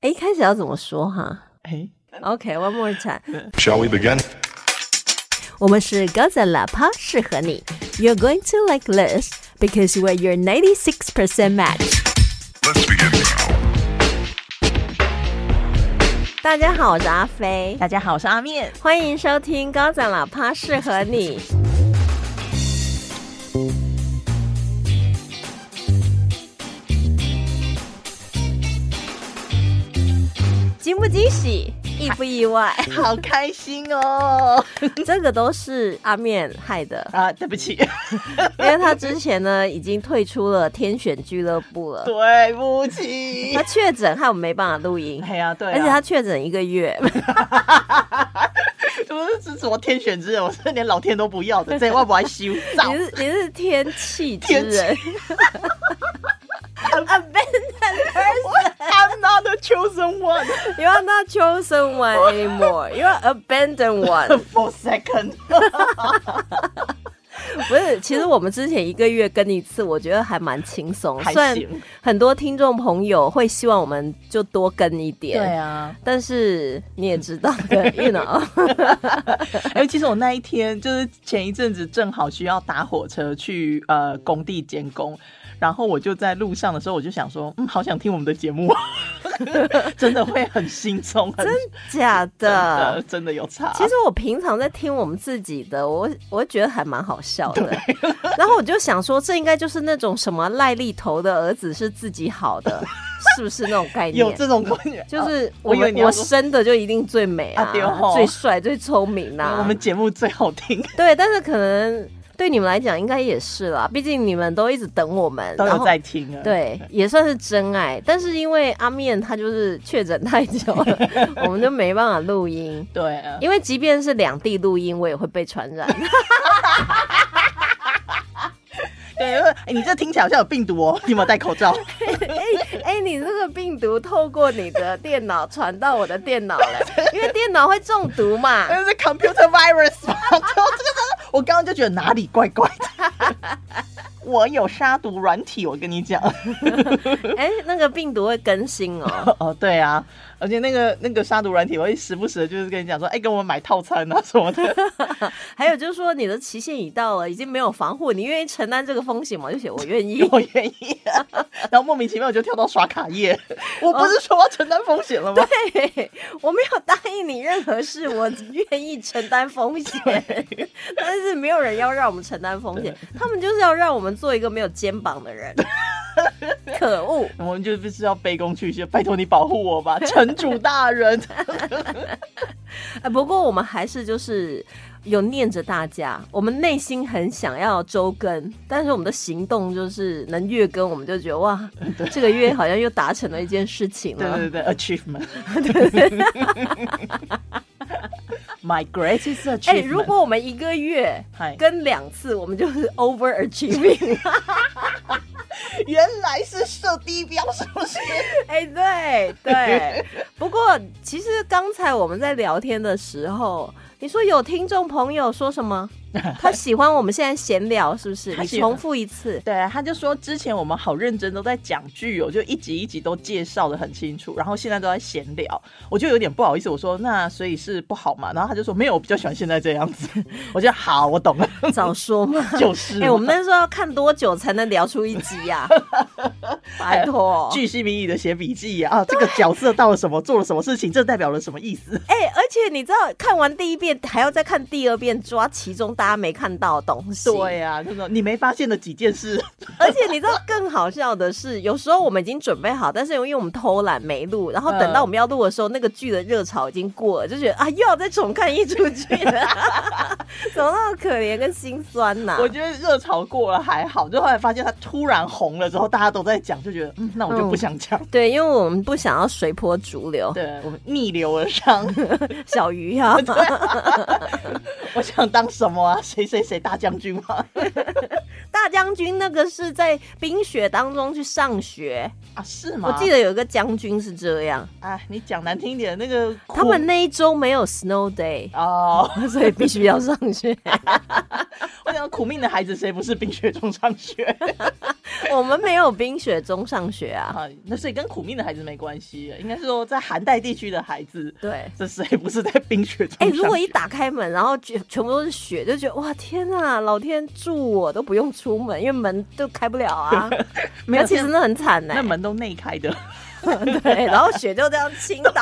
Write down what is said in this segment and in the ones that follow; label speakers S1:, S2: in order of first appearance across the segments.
S1: 哎，一开始要怎么说哈
S2: 哎，
S1: ？OK，one、more time，
S3: Shall we begin?
S1: 我们是高赞喇叭，适合你。You're going to like this because we're your ninety six percent match。
S3: Let's begin now.
S1: 大家好，我是阿飞，
S2: 大家好，我是阿面。
S1: 欢迎收听高赞喇叭，适合你。惊不惊喜，意不意 外？
S2: 好开心哦！
S1: 这个都是阿面害的。
S2: 啊，对不起，
S1: 因为他之前呢已经退出了天选俱乐部了，
S2: 对不 起
S1: 他。确诊害我们没办法录音，
S2: 哎呀，对啊，
S1: 而且他确诊一个月，
S2: 怎么是指我天选之人？我是连老天都不要的，这万不还修造
S1: 你？是你是天气之人
S2: 天。I'm not the chosen one
S1: You are not chosen one anymore. You are abandoned one.
S2: for second
S1: 不是，其实我们之前一个月跟一次，我觉得还蛮轻松。
S2: 还
S1: 虽然
S2: 行
S1: 很多听众朋友会希望我们就多跟一点，
S2: 啊，
S1: 但是你也知道的，you know，
S2: 哎，其实我那一天就是前一阵子正好需要搭火车去呃工地监工，然后我就在路上的时候，我就想说，嗯，好想听我们的节目， 真的会很心痛，很
S1: 假的
S2: 呃。真的有差。
S1: 其实我平常在听我们自己的，我我觉得还蛮好笑的。 然后我就想说，这应该就是那种什么赖立头的儿子是自己好 的，是不是那种概念？
S2: 有这种感觉，
S1: 就
S2: 啊
S1: 是
S2: 我
S1: 我
S2: 以为
S1: 们
S2: 你
S1: 我
S2: 要说
S1: 生的就一定最美啊，
S2: 啊对哦
S1: 最帅、最聪明呐、
S2: 啊我们节目最好听，
S1: 对，但是可能对你们来讲应该也是啦，毕竟你们都一直等我们，
S2: 都
S1: 然
S2: 有
S1: 后
S2: 在听啊。，
S1: 对，也算是真爱。但是因为阿面他就是确诊太久 了，我们就没办法录音。
S2: 对啊，
S1: 因为即便是两地录音，我也会被传染。
S2: 对，因为哎你这听起来好像有病毒 哦，你有没有戴口罩？
S1: 哎哎，你这个病毒透过你的电脑传到我的电脑了， 因为电脑会中毒 嘛。
S2: 那是 computer virus 吗？ 对我这个我刚刚就觉得哪里怪怪的。 我有杀毒软体，我跟你讲。
S1: 哎，那个病毒会更新哦。
S2: 哦，对啊，而且那个那个杀毒软体，我会时不时的就是跟你讲说，哎、跟我们买套餐啊什么 的。。
S1: 还有就是说，你的期限已到了，已经没有防护，你愿意承担这个风险吗？就写我愿意
S2: 我愿意、然后莫名其妙我就跳到刷卡页，
S1: 哦
S2: 我不是说我要承担风险了吗？
S1: 对，我没有答应你任何事，我愿意承担风险，但是没有人要让我们承担风险，他们就是要让我们做一个没有肩膀的人。可恶！
S2: 我们就不是要卑躬屈膝，拜托你保护我 吧，城主大 人。
S1: 哎，不过我们还是就是有念着大家，我们内心很想要周更，但是我们的行动就是能月更，我们就觉得 哇，这个月好像又达成了一件事情
S2: 对
S1: 了。
S2: 对对，achievement。My greatest
S1: 哎、
S2: achievement。
S1: 如果我们一个月
S2: 嗨
S1: 跟两次，我们就是 over achieving。
S2: 原来是射低标，是不是？
S1: 哎、对对。不过，其实刚才我们在聊天的时候，你说有听众朋友说什 么？他喜欢我们现在闲聊，是不是？
S2: 他
S1: 你
S2: 喜欢
S1: 重复一次。
S2: 对，他就说之前我们好认真都在讲剧哦，就一集一集都介绍的很清楚，然后现在都在闲聊，我就有点不好意思，我说那所以是不好嘛，然后他就说没有，我比较喜欢现在这样子，我就好，我懂了，
S1: 早说嘛！
S2: 就是
S1: 哎、
S2: 嘛
S1: 我们那时候要看多久才能聊出一集 呀、拜托。
S2: 巨细靡遗的写笔记啊，这个角色到了什么，做了什么事情，这代表了什么意思？
S1: 哎、而且你知道，看完第一遍还要再看第二遍，抓其中大家没看到的东西。
S2: 对啊，就是说啊你没发现的几件事，
S1: 而且你知道更好笑的是，有时候我们已经准备好，但是因为我们偷懒没录，然后等到我们要录的时候，那个剧的热潮已经过了，就觉得啊，又要再重看一出 剧了，怎么那么可怜跟心酸呐、
S2: 我觉得热潮过了还好，就后来发现他突然红了之后，大家都在讲，就觉得嗯，那我就不想讲。
S1: 对，因为我们不想要随波逐流，
S2: 对我们 逆流而 上，
S1: 小鱼啊 呀、
S2: 我想当什么啊？谁谁谁大将军吗？
S1: 大将军那个是在冰雪当中去上学，
S2: 啊，是吗？
S1: 我记得有一个将军是这样，
S2: 啊，你讲难听点，那个
S1: 他们那一周没有 snow day，
S2: 哦，
S1: 所以必须要上学。
S2: 我想苦命的孩子谁不是冰雪中上学？
S1: 我们没有冰雪中上学啊。
S2: 啊，那所以跟苦命的孩子没关系，应该是说在寒带地区的孩子，
S1: 对，
S2: 这谁不是在冰雪中？
S1: 哎、如果一打开门，然后全全部都是雪，就觉得哇天啊，老天助我都不用出门，因为门都开不了啊。
S2: 没有
S1: 那其实那很惨呢、
S2: 那门都内开的，
S1: 对，然后雪就这样倾倒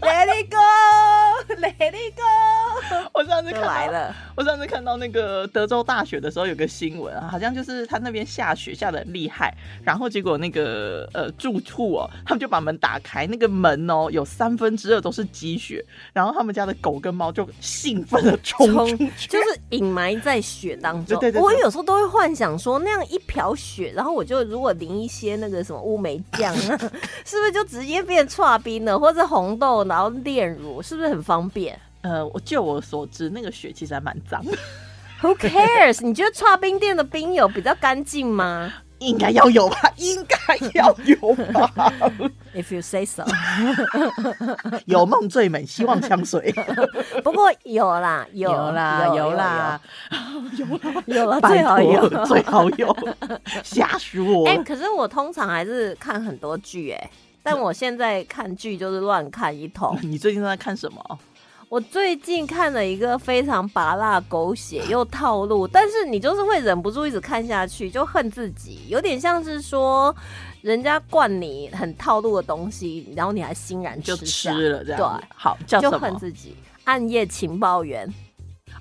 S1: ，Let it go，Let it go，
S2: 我上次
S1: 就
S2: 看
S1: 来
S2: 到，
S1: 了。
S2: 我上次看到那个德州大学的时候有个新闻啊，好像就是他那边下雪下的很厉害，然后结果那个呃住户哦，他们就把门打开，那个门哦有三分之二都是积雪，然后他们家的狗跟猫就兴奋的冲
S1: 冲
S2: 出去，
S1: 就是隐埋在雪当中。
S2: 对对对对
S1: 我有时候都会幻想说，那样一瓢雪，然后我就如果淋一些那个什么乌梅酱啊， 是不是就直接变刨冰了，或者红豆，然后炼乳，是不是很方便
S2: 呃，我就我所知，那个雪其实还蛮脏的，
S1: ？Who cares？你觉得刨冰店的冰有比较干净吗
S2: 应该要有吧，应该要有 吧。
S1: ？If you say so。
S2: 有梦最美，希望相随。
S1: 不过有啦，有
S2: 啦，
S1: 有
S2: 有啦，，
S1: 有有啦，
S2: 拜
S1: 啊最好有。
S2: 托 最 好有，瞎说。
S1: 哎、可是我通常还是看很多剧哎、但我现在看剧就是乱看一通。
S2: 哦你最近都在看什么？
S1: 我最近看了一个非常拔辣、狗血又套路，但是你就是会忍不住一直看下去，就恨自己，有点像是说人家灌你很套路的东西，然后你还欣然
S2: 就
S1: 下，
S2: 吃了这样子。好，叫
S1: 对，就
S2: 什
S1: 恨
S2: 么？
S1: 自己。暗夜情报员、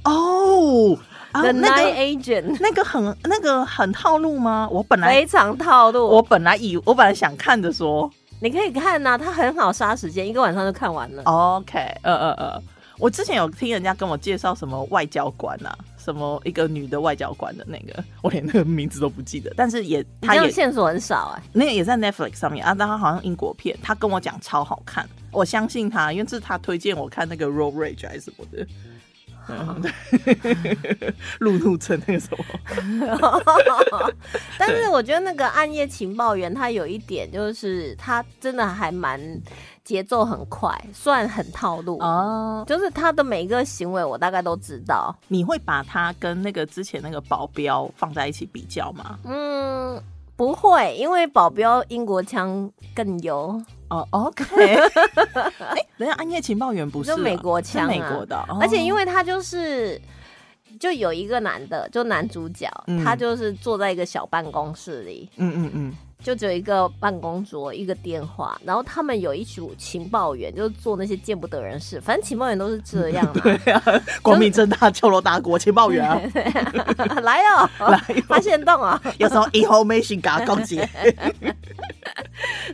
S2: 哦，啊
S1: The
S2: 那
S1: Night
S2: 个
S1: Agent
S2: 那个很那个很套路吗？我本来
S1: 非常套路，
S2: 我本来以我本来想看着说
S1: 你可以看呐、它很好杀时间，一个晚上就看完了。
S2: ，OK，呃呃呃。我之前有听人家跟我介绍什么外交官啊，什么一个女的外交官的那个，我连那个名字都不记得，但是也
S1: 你
S2: 她
S1: 这
S2: 也
S1: 样线索很少哎、
S2: 那个也在 Netflix 上面啊，但他好像英国片，他跟我讲超好看，我相信他，因为这是他推荐我看那个《Road Rage》还是什么的，嗯 路怒症那个什么，
S1: 但是我觉得那个《暗夜情报员》，它有一点就是它真的还蛮节奏很快，算很套路。
S2: 哦，
S1: 就是他的每一个行为，我大概都知道。
S2: 你会把它跟那个之前那个保镖放在一起比较吗？
S1: 嗯，不会，因为保镖英国腔更油，
S2: 哦，OK，哎、 等一下暗夜情报员不是啊
S1: 就美国
S2: 是
S1: 腔啊
S2: 美国的，哦
S1: 而且因为
S2: 为
S1: 他就是就有一个男的，就男主角，
S2: 嗯
S1: 他就是坐在一个小办公室里，
S2: 嗯嗯嗯，
S1: 就只有一个办公桌，一个电话，然后他们有一组情报员，就是做那些见不得人事。反正情报员都是这样
S2: 对 啊，光明正大敲锣打鼓情报员啊、
S1: 啊，来哦，
S2: 来哟
S1: 发 现洞啊，
S2: 有时候哎 information 给他告解，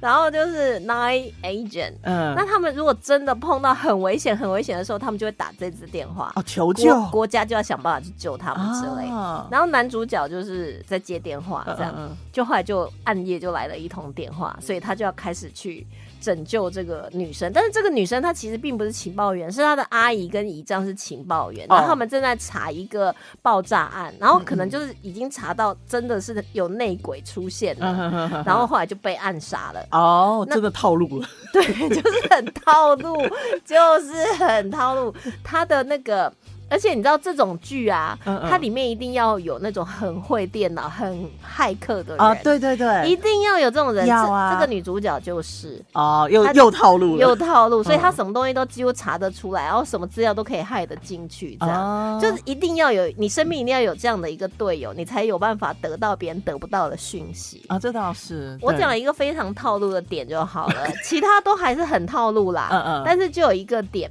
S1: 然后就是 Nine Agent。
S2: 嗯
S1: 那，他们如果真的碰到很危险、很危险的时候，他们就会打这支电话，
S2: 哦，求救
S1: 国国家就要想办法去救他们之类。
S2: 啊
S1: 然后男主角就是在接电话，这样、
S2: 嗯嗯嗯
S1: 就后来就暗夜就来了一通电话，
S2: 嗯
S1: 所以他就要开始去拯救这个女生。但是这个女生她其实并不是情报员，是她的阿姨跟姨丈是情报员，
S2: 哦
S1: 然后他们正在查一个爆炸案，然后可能就是已经查到真的是有内鬼出现
S2: 嗯
S1: 了， 然后后来就被暗杀了。
S2: 哦，真的套路了。
S1: 对，就是很套路，就是很套 路。他的那个，而且你知道这种剧啊，
S2: 嗯嗯
S1: 它里面一定要有那种很会电脑、很骇客的人。
S2: 啊，对
S1: 一
S2: 对对，
S1: 定要有这种人，
S2: 要
S1: 这
S2: 啊
S1: 这个女主角就是
S2: 哦，又
S1: 他
S2: 又套路了，
S1: 有套路，所以
S2: 嗯
S1: 她什么东西都几乎查得出来，然后什么资料都可以害得进去，这样、
S2: 啊
S1: 就是一定要有你身边一定要有这样的一个队友，你才有办法得到别人得不到的讯息。
S2: 啊，这倒是
S1: 我
S2: 对
S1: 讲了一个非常套路的点就好了，其他都还是很套路啦。
S2: 嗯嗯
S1: 但是就有一个点，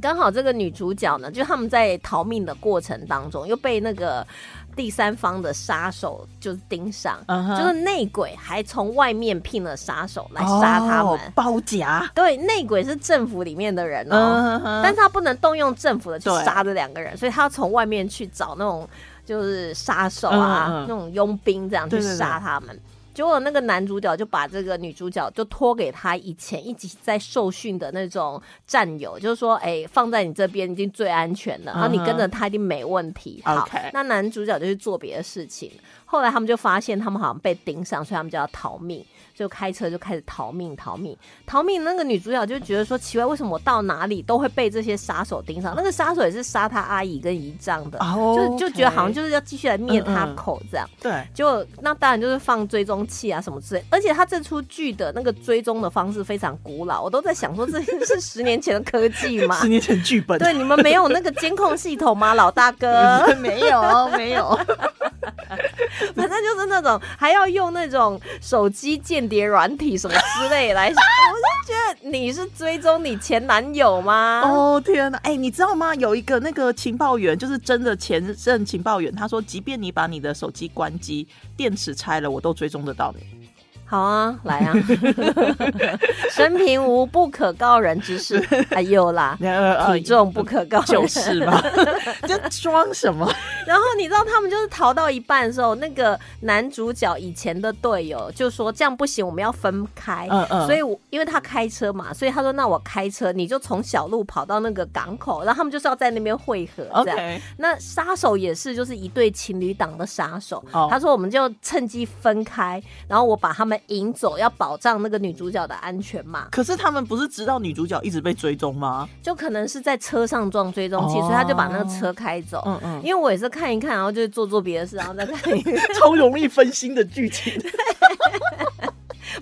S1: 刚好这个女主角呢，就他们在逃命的过程当中，又被那个第三方的杀手就是盯上，
S2: 嗯哼
S1: 就是内鬼还从外面聘了杀手来杀他们。
S2: 哦包夹，
S1: 对，内鬼是政府里面的人哦。
S2: 嗯哼，
S1: 但是他不能动用政府的去
S2: 对
S1: 杀这两个人，所以他要从外面去找那种就是杀手啊，
S2: 嗯嗯嗯
S1: 那种佣兵这样去
S2: 对对对
S1: 杀他们。结果那个男主角就把这个女主角就托给他以前一直在受训的那种战友，就是说，哎、放在你这边已经最安全了，然后你跟着他一定没问题。好
S2: 嗯 OK
S1: 那男主角就去做别的事情。后来他们就发现他们好像被盯上，所以他们就要逃命，就开车就开始逃命，逃命，逃命。那个女主角就觉得说奇怪，为什么我到哪里都会被这些杀手盯上？那个杀手也是杀他阿姨跟姨丈的，
S2: 哦
S1: 就就觉得好像
S2: OK
S1: 就是要继续来灭他
S2: 嗯嗯
S1: 口这样。
S2: 对，
S1: 就那当然就是放追踪器啊什么之类，而且他这出剧的那个追踪的方式非常古老，我都在想说这是十年前的科技吗
S2: 十？年前剧本，
S1: 对，你们没有那个监控系统吗，老大 哥？
S2: 没有没有，
S1: 反正就是那种还要用那种手机间谍软体什么之类来，我 就觉得你是追踪你前男友吗？
S2: 哦天哪！哎、你知道吗？有一个那个情报员，就是真的前任情报员，他说，即便你把你的手机关机，电池拆了，我都追踪得到你。
S1: 好啊，来啊！ 生平无不可告人之事，哎呦 啦，
S2: 呃
S1: 体重不可 告人。
S2: 就是嘛， 这装 什么？
S1: 然后你知道他们就是逃到一半的时候，那个男主角以前的队友就说这样不行，我们要分开。
S2: 嗯嗯
S1: 所以我因为他开车嘛，所以他说那我开车，你就从小路跑到那个港口，然后他们就是要在那边汇合这样。
S2: OK，
S1: 那杀手也是，就是一对情侣档的杀手。
S2: 哦
S1: 他说我们就趁机分开，然后我把他们引走，要保障那个女主角的安全嘛。
S2: 可是他们不是知道女主角一直被追 踪吗？
S1: 就可能是在车上撞追踪器，
S2: 哦
S1: 所以他就把那个车开走。
S2: 嗯嗯
S1: 因为我也是看一看，然后就做做别的事，然后再看一看。
S2: 超容易分心的剧情。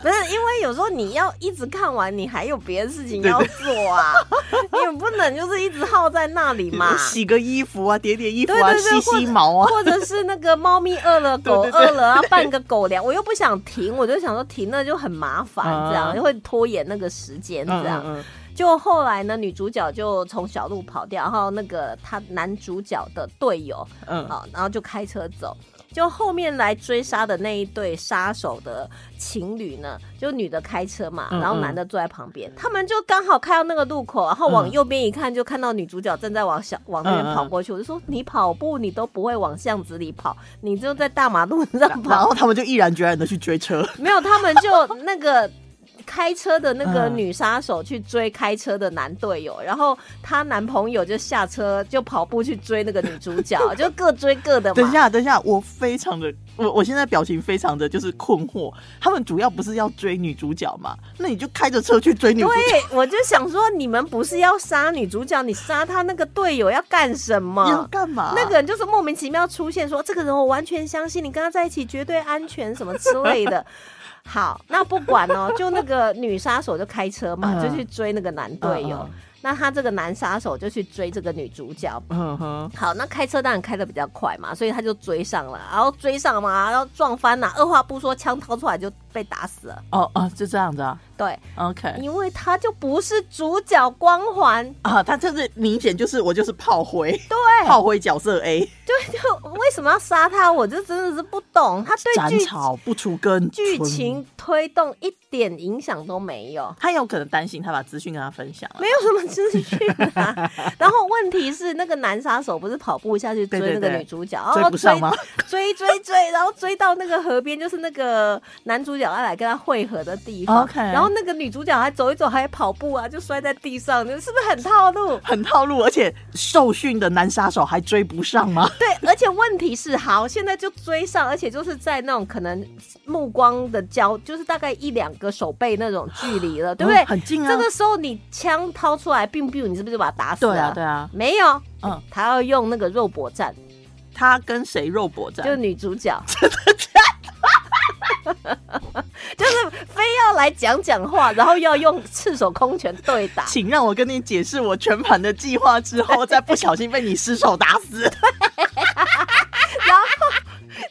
S1: 不是因为有时候你要一直看完，你还有别的事情要做啊，你也不能就是一直耗在那里 嘛。
S2: 洗个衣服啊，叠叠衣服
S1: 对
S2: 啊，
S1: 对对，
S2: 吸吸毛啊。
S1: 或者，或者是那个猫咪饿了，狗
S2: 对对对
S1: 饿了，要拌个狗粮，我又不想停，我就想说停了就很麻烦，
S2: 啊
S1: 这样就会拖延那个时间，
S2: 嗯
S1: 这样。
S2: 嗯
S1: 就后来呢，女主角就从小路跑掉，然后那个她男主角的队友
S2: 嗯嗯，
S1: 好，然后就开车走。就后面来追杀的那一对杀手的情侣呢，就女的开车嘛，
S2: 嗯
S1: 然后男的坐在旁边，他们就刚好开到那个路口，然后往
S2: 嗯
S1: 右边一看，就看到女主角正在往小往那边跑过去。我就说，你跑步你都不会往巷子里跑，你就在大马路上
S2: 然
S1: 跑。
S2: 后他们就毅然决然的去追车。
S1: 没有，他们就那个。开车的那个
S2: 嗯
S1: 女杀手去追开车的男队友，然后她男朋友就下车就跑步去追那个女主角，就各追各的嘛。
S2: 等一下，等一下，我非常的，我我现在表情非常的就是困惑。他们主要不是要追女主角嘛？那你就开着车去追女主 角。
S1: 对，我就想说，你们不是要杀女主角，你杀她那个队友要干什
S2: 要
S1: 么？
S2: 干嘛？
S1: 那个人就是莫名其妙出现说，这个人我完全相信，你跟他在一起绝对安全什么之类 的。好，那不管哦，就那个女杀手就开车嘛，
S2: 嗯
S1: 就去追那个男队友。
S2: 嗯嗯
S1: 那他这个男杀手就去追这个女主角。
S2: 嗯哼，
S1: 好，那开车当然开的比较快嘛，所以他就追上了，然后追上嘛，然后撞翻了，二话不说枪掏出来就被打死了。
S2: 哦哦，就这样子啊。
S1: 对，
S2: OK，
S1: 因为他就不是主角光环，
S2: 啊，他这是明显就是我就是炮灰，
S1: 对，
S2: 炮灰角色 A，
S1: 就就为什么要杀他？我就真的是不懂，他对
S2: 斩
S1: 剧
S2: 草不除根，
S1: 剧
S2: 纯
S1: 情推动一点影响都没有。
S2: 他有可能担心他把资讯跟他分享了啊
S1: 没。有什么资讯啊，然后问题是那个男杀手不是跑步下去追那
S2: 对对
S1: 个
S2: 对
S1: 女主角，
S2: 追
S1: 然后
S2: 不上吗
S1: 追追追追，然后追到那个河边，就是那个男主角要来跟他会合的地方。
S2: OK
S1: 然后那个女主角还走一走，还跑步啊，就摔在地上，是不是很套路？
S2: 很套路，而且受训的男杀手还追不上吗？
S1: 对，而且问题是，好，现在就追上，而且就是在那种可能目光的交，就是大概一两个手背那种距离了，对不对？
S2: 嗯很近啊
S1: 这个时候你枪掏出来，biu biu，你是不是就把他打死了？
S2: 对啊，对啊，
S1: 没有，
S2: 嗯，
S1: 他要用那个肉搏战，
S2: 他跟谁肉搏战？
S1: 就是女主 角。就是非要来讲讲话，然后要用赤手空拳对 打，
S2: 请让我跟你解释我全盘的计划之后，再不小心被你失手打 死。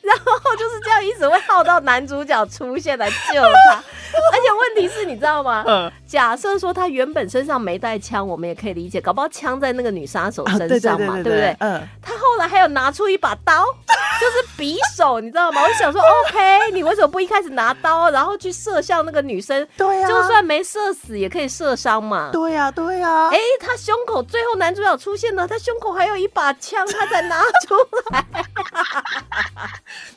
S1: 然后就是这 样一直会耗到男主角出现来救他。而且问题是，你知道吗？
S2: 嗯
S1: 假设说他原本身上没带枪，我们也可以理解，搞不好枪在那个女杀手
S2: 啊，
S1: 身
S2: 对对
S1: 上
S2: 对
S1: 嘛，
S2: 对
S1: 不对？
S2: 嗯，
S1: 他后来还有拿出一把刀， 就是匕首，你知道吗？我就想说，OK，你为什么不一开始拿刀，然后去射向那个女生？
S2: 对呀、啊，
S1: 就算没射死，也可以射伤嘛。
S2: 对呀、对啊呀、
S1: 哎、他胸口最后男主角出现了，他胸口还有一把枪，他才拿出来。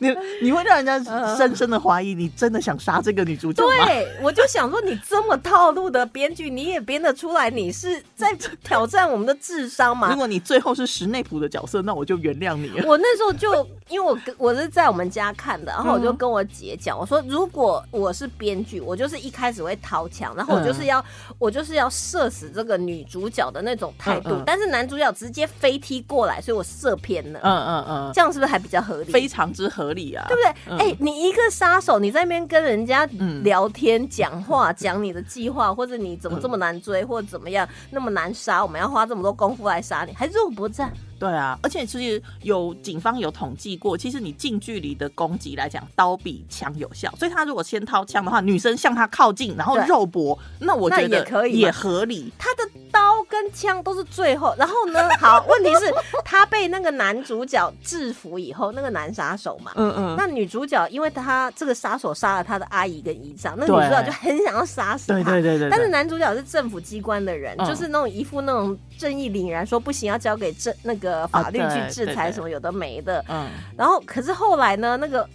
S2: 你你会让人家深深的怀疑你真的想杀这个女主角吗？
S1: 嗯对，我就想说，你这么套路的编剧，你也编得出来？你是在挑战我们的智商吗
S2: 如？果你最后是史内普的角色，那我就原谅你了。
S1: 我那时候就因为我跟我是在我们家看的，然后我
S2: 嗯
S1: 就跟我姐讲，我说如果我是编剧，我就是一开始会掏枪，然后我
S2: 嗯
S1: 就是要、我就是要射死这个女主角的那种态度，
S2: 嗯嗯
S1: 但是男主角直接飞踢过来，所以我射偏了，
S2: 嗯嗯嗯，
S1: 这样是不是还比较合理？
S2: 非常之合理啊，
S1: 对不对？哎、你一个杀手，你在那边跟人家
S2: 嗯
S1: 聊天、讲话，讲你的计划，或者你怎么这么难追，或者怎么样那么难杀，我们要花这么多功夫来杀你，还肉搏战？
S2: 对啊，而且其实有警方有统计过，其实你近距离的攻击来讲，刀比枪有效。所以他如果先掏枪的话，女生向他靠近，然后
S1: 对
S2: 肉搏，那我
S1: 那
S2: 觉得
S1: 也可以嘛
S2: 也合理。
S1: 他的刀跟枪都是最后，然后 呢？好，问题是，他被那个男主角制服以后，那个男杀手嘛。
S2: 嗯嗯，
S1: 那女主角，因为他这个杀手杀了他的阿姨跟姨丈，那女
S2: 对
S1: 主角就很想要杀死他。
S2: 对对对对对
S1: 但是男主角是政府机关的人，
S2: 嗯
S1: 就是那种一副那种正义凛然，说不行，要交给政那个法律
S2: 啊对
S1: 去制
S2: 对
S1: 裁
S2: 对
S1: 什么有的没的。
S2: 嗯，
S1: 然后可是后来呢，那个。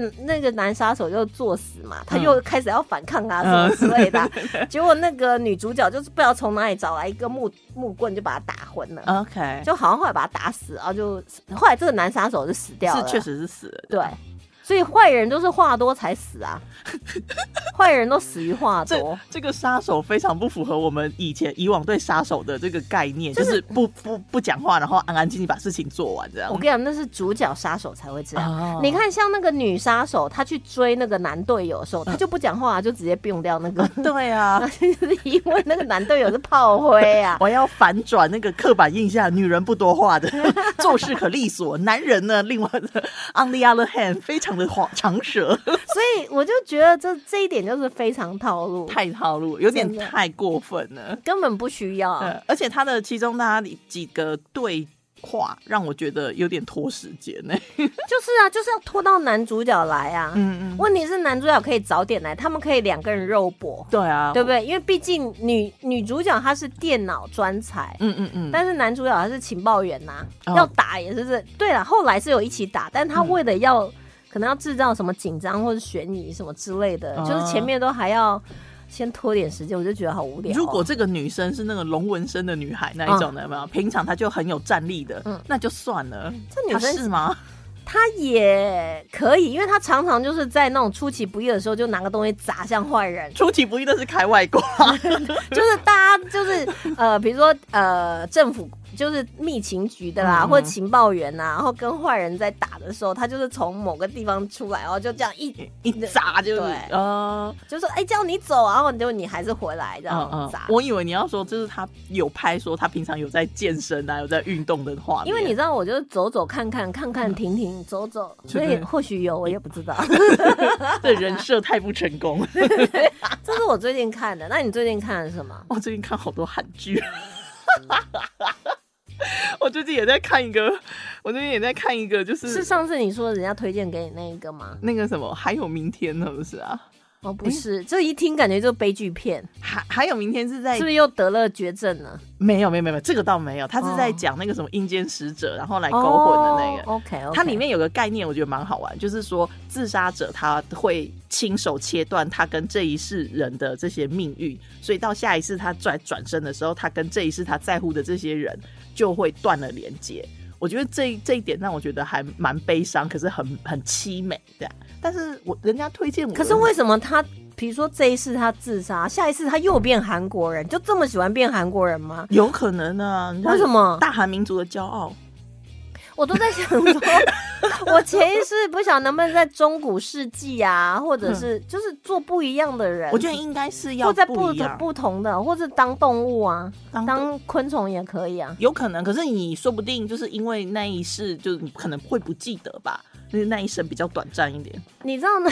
S1: 嗯，那个男杀手就作死嘛，他
S2: 嗯
S1: 又开始要反抗啊，什么之类 的啊、结果那个女主角就是不知道从哪里找来一个木木棍，就把他打昏
S2: 嗯
S1: 了，
S2: OK，
S1: 就好像后来把他打死，然后就后来这个男杀手就死掉了。
S2: 是确实是死了。
S1: 对，所以坏人都是话多才死 啊，坏人都死于话
S2: 这
S1: 多。
S2: 这个杀手非常不符合我们以前以往对杀手的这个概念，
S1: 就
S2: 就是是不不不讲话，然后安安静静把事情做完这样
S1: 我。跟你讲，那是主角杀手才会这样。
S2: 哦
S1: 你看，像那个女杀手，她去追那个男队友的时候，她就不讲话、啊就直接并掉那个。
S2: 对啊，
S1: 就是因为那个男队友是炮灰啊。
S2: 我要反转那个刻板印象，女人不多话的， 做事可利索；男人呢，另外的，on the other hand，非常的黄长舌，
S1: 所以我就觉得这这一点就是非常套路，
S2: 太套路，有点
S1: 真的
S2: 太过分了。
S1: 根本不需要。
S2: 对，而且他的其中他几个对话让我觉得有点拖时间呢、
S1: 就是啊，就是要拖到男主角来啊。
S2: 嗯嗯，
S1: 问题是男主角可以早点来，他们可以两个人肉搏，
S2: 对啊，
S1: 对不对？因为毕竟女女主角她是电脑专才。
S2: 嗯嗯嗯，
S1: 但是男主角他是情报员呐、
S2: 哦嗯
S1: 要打也是这对了。后来是有一起打，但他为了要、可能要制造什么紧张或者悬疑什么之类的，
S2: 哦
S1: 就是前面都还要先拖点时间，我就觉得好无聊哦、
S2: 如果这个女生是那个龙纹身的女孩那一种的，有没有？平常她就很有战力的，
S1: 嗯
S2: 那就算了。
S1: 这女生
S2: 她是吗？，
S1: 他也可以，因为他常常就是在那种出其不意的时候，就拿个东西砸向坏人
S2: 出其不意的是开外挂，
S1: 就是大家就是呃，比如说呃，政府就是密情局的啦，
S2: 嗯嗯
S1: 或者情报员呐、然后跟坏人在打的时候，他就是从某个地方出来，然后就这样一
S2: 一砸就是
S1: 对
S2: 呃，
S1: 就说哎、叫你走啊，然后就你还是回来这
S2: 嗯
S1: 样
S2: 嗯
S1: 砸。，
S2: 我以为你要说就是她有拍说她平常有在健身啊，有在运动的画面，
S1: 因为 你知道，我就是走走看看，看看停停，走走，所以
S2: 对
S1: 或许有，我也不知道。
S2: 这人设太不成功。
S1: 这是我最近看的，那你最近看的是什么？
S2: 我最近看好多韩剧。 我最近也在看一个，我最近也在看一个，就是
S1: 是上次你说人家推荐给你那一个吗？
S2: 那个什么，还有明天是不是啊？
S1: 哦，不是，这一听感觉就悲剧片，
S2: 还还有明天是在
S1: 是不是又得了绝症了？
S2: 没有没有没有，这个倒没有，他是在
S1: 哦
S2: 讲那个什么阴间使者，然后来勾魂的那个。
S1: o k
S2: 它里面有个概念，我觉得蛮好玩，就是说自杀者他会亲手切断他跟这一世人的这些命运，所以到下一世他再转身的时候，他跟这一世他在乎的这些人就会断了连接。我觉得这这一点让我觉得还蛮悲伤，可是很很凄美这样。但是我人家推荐我，
S1: 可是为什么他，比如说这一次他自杀，下一次他又变韩国人，就这么喜欢变韩国人吗？
S2: 有可能呢、你知道
S1: 为什么
S2: 大韩民族的骄傲？
S1: 我都在想说， 我前一世不想能不能在中古世纪啊，或者是就是做不一样的人，
S2: 我觉得应该是要
S1: 或在
S2: 不一样，
S1: 不同的，或者当动物啊，
S2: 当
S1: 当昆虫也可以啊。
S2: 有可能，可是你说不定就是因为那一世，就是你可能会不记得吧，就是那一生比较短暂一点。
S1: 你知道呢？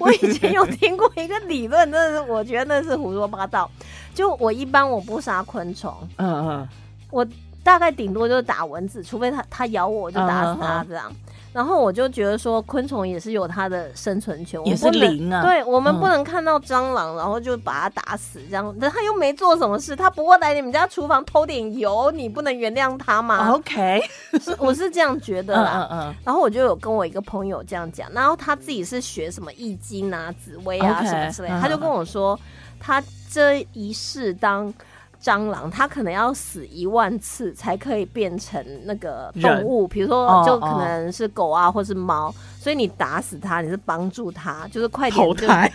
S1: 我以前有听过一个理论，真的是我觉得那是胡说八道。就我一般我不杀昆虫，
S2: 嗯嗯，
S1: 我大概顶多就是打蚊子，除非它它咬我，我就打死它
S2: 嗯
S1: 这样。然后我就觉得说，昆虫也是有它的生存权，我
S2: 也
S1: 不
S2: 是
S1: 能
S2: 零啊
S1: 对我们
S2: 嗯
S1: 不能看到蟑螂，然后就把它打死这样。但它又没做什么事，它不会来你们家厨房偷点油，你不能原谅它吗？
S2: 啊 OK，
S1: 是我是这样觉得
S2: 哦 嗯
S1: 啦。
S2: 嗯嗯，
S1: 然后我就有跟我一个朋友这样讲，然后他自己是学什么易经啊、紫薇啊
S2: OK，
S1: 什么之类的
S2: 嗯
S1: 他就跟我说，他这一世当蟑螂，他可能要死一万次才可以变成那个动物，比如
S2: 哦
S1: 说就可能是狗啊，或是猫，所以你打死它，你是帮助它，就是快点
S2: 投
S1: 就。
S2: 胎。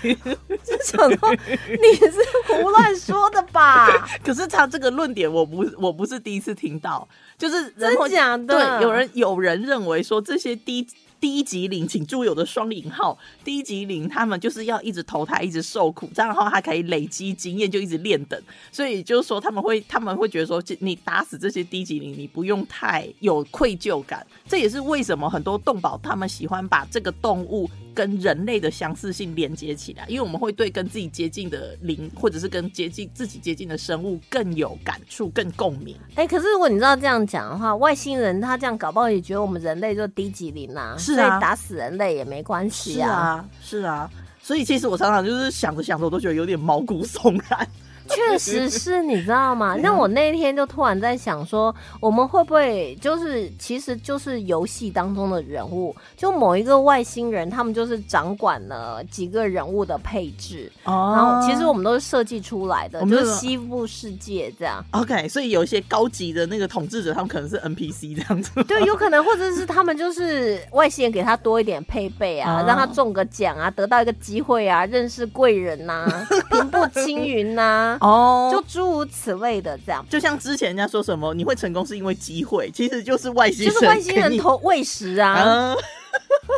S1: 想说你是胡乱说的吧？
S2: 可是他这个论点，我不我不是第一次听到，就是人会
S1: 真假的
S2: 对，有人有人认为说这些低低级灵，请注意我的双引号，低级灵他们就是要一直投胎，一直受苦，这样的话还可以累积经验，就一直练等。所以就是说他们会他们会觉得说，这你打死这些低级灵，你不用太有愧疚感。这也是为什么很多动保他们喜欢把这个动物跟人类的相似性连接起来，因为我们会对跟自己接近的灵，或者是跟接近自己接近的生物更有感触、更共鸣。
S1: 哎、可是如果你知道这样讲的话，外星人他这样搞不好也觉得我们人类就低级零啊，
S2: 是啊
S1: 所以打死人类也没关系
S2: 是啊，是啊。所以其实我常常就是想着想着，我都觉得有点毛骨悚然。
S1: 确实是你知道吗？让我那天就突然在想说，我们会不会就是其实就是游戏当中的人物，就某一个外星人，他们就是掌管了几个人物的配置，
S2: 哦
S1: 然后其实我们都是设计出来的，
S2: 我们
S1: 就
S2: 就是
S1: 是西部世界这样。
S2: OK，所以有一些高级的那个统治者，他们可能是 NPC 这样子。
S1: 对，有可能，或者是他们就是外星人给他多一点配备啊，
S2: 哦
S1: 让他中个奖啊，得到一个机会啊，认识贵人呐、 平步青云呐、
S2: 哦
S1: 就
S2: 就
S1: 诸如此类的这样。
S2: 就像之前人家说什么，你会成功是因为机会，其实就是外星
S1: 就
S2: 人
S1: 是外星
S2: 给
S1: 人
S2: 你
S1: 投喂食啊，
S2: 啊，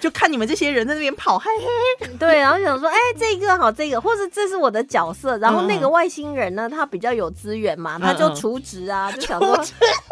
S2: 就看你们这些人在那边跑，嘿嘿，
S1: 对，然后想说，哎、这个好，这个，或者这是我的角色，然后那
S2: 啊
S1: 个外星人呢，他比较有资源嘛，他就
S2: 嗯嗯
S1: 除职啊，就想说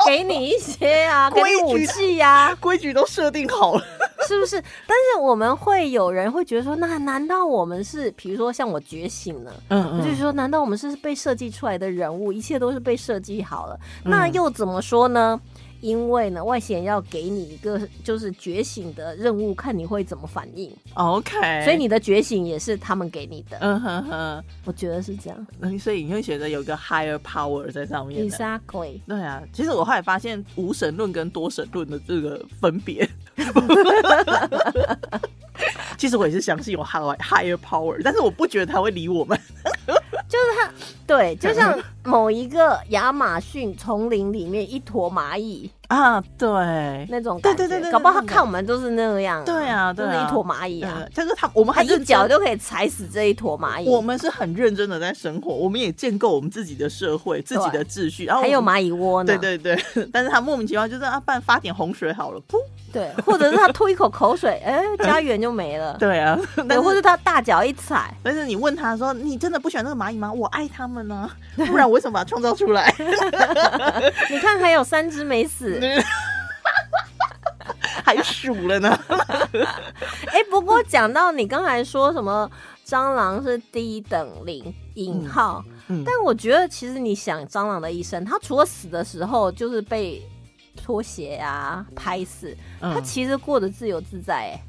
S1: 给你一些啊，给你武
S2: 规矩
S1: 器呀、
S2: 规矩都设定好了。
S1: 是不是？但是我们会有人会觉得说，那难道我们是，比如说像我觉醒了，
S2: 嗯
S1: 我就说，难道我们是被设计出来的人物，一切都是被设计好了？那
S2: 嗯
S1: 又怎么说呢？因为呢，外星人要给你一个就是觉醒的任务，看你会怎么反应，
S2: OK，
S1: 所以你的觉醒也是他们给你的，
S2: 哎嗯哼哼，
S1: 我觉得是这样。
S2: 嗯所以你会觉得有一个 higher power 在上面的。
S1: Exactly，
S2: 对啊，其实我后来发现无神论跟多神论的这个分别， 其实我也是相信有 higher higher power，但是我不觉得他会理我们。
S1: 对，就 像某一个亚马逊丛林里面一坨蚂蚁
S2: 啊，对，
S1: 那种感
S2: 对
S1: 觉，
S2: 对对对
S1: 搞不好他
S2: 对对对
S1: 看我们就是那样、
S2: 对啊
S1: 就
S2: 对
S1: 是
S2: 啊
S1: 一坨蚂蚁啊
S2: 呃，但是他我们
S1: 他
S2: 还
S1: 一
S2: 认真
S1: 脚就可以踩死这一坨蚂蚁，
S2: 我们是很认真的在生活，我们也建构我们自己的社会、自己的秩序，然后我
S1: 还
S2: 们
S1: 有？蚂蚁窝呢，
S2: 对对对， 但是他莫名其妙就是啊，不然发点洪水好了， 噗，
S1: 对，或者是他吐一口口水，哎、家园就没了。
S2: 对啊，
S1: 对，
S2: 但
S1: 或
S2: 是
S1: 者他大脚一踩，
S2: 但是你问他说，你真的不喜欢那个蚂蚁吗？我爱他 们呢、不然我为什么把它创造出来？
S1: 你看还有三只没死。
S2: 还数了 呢？
S1: 哎、不过讲到你刚才说什么蟑螂是低等零引号，
S2: 嗯嗯
S1: 但我觉得其实你想蟑螂的一生，它除了死的时候就是被拖鞋啊拍死，它
S2: 嗯
S1: 其实过得自由自在、欸。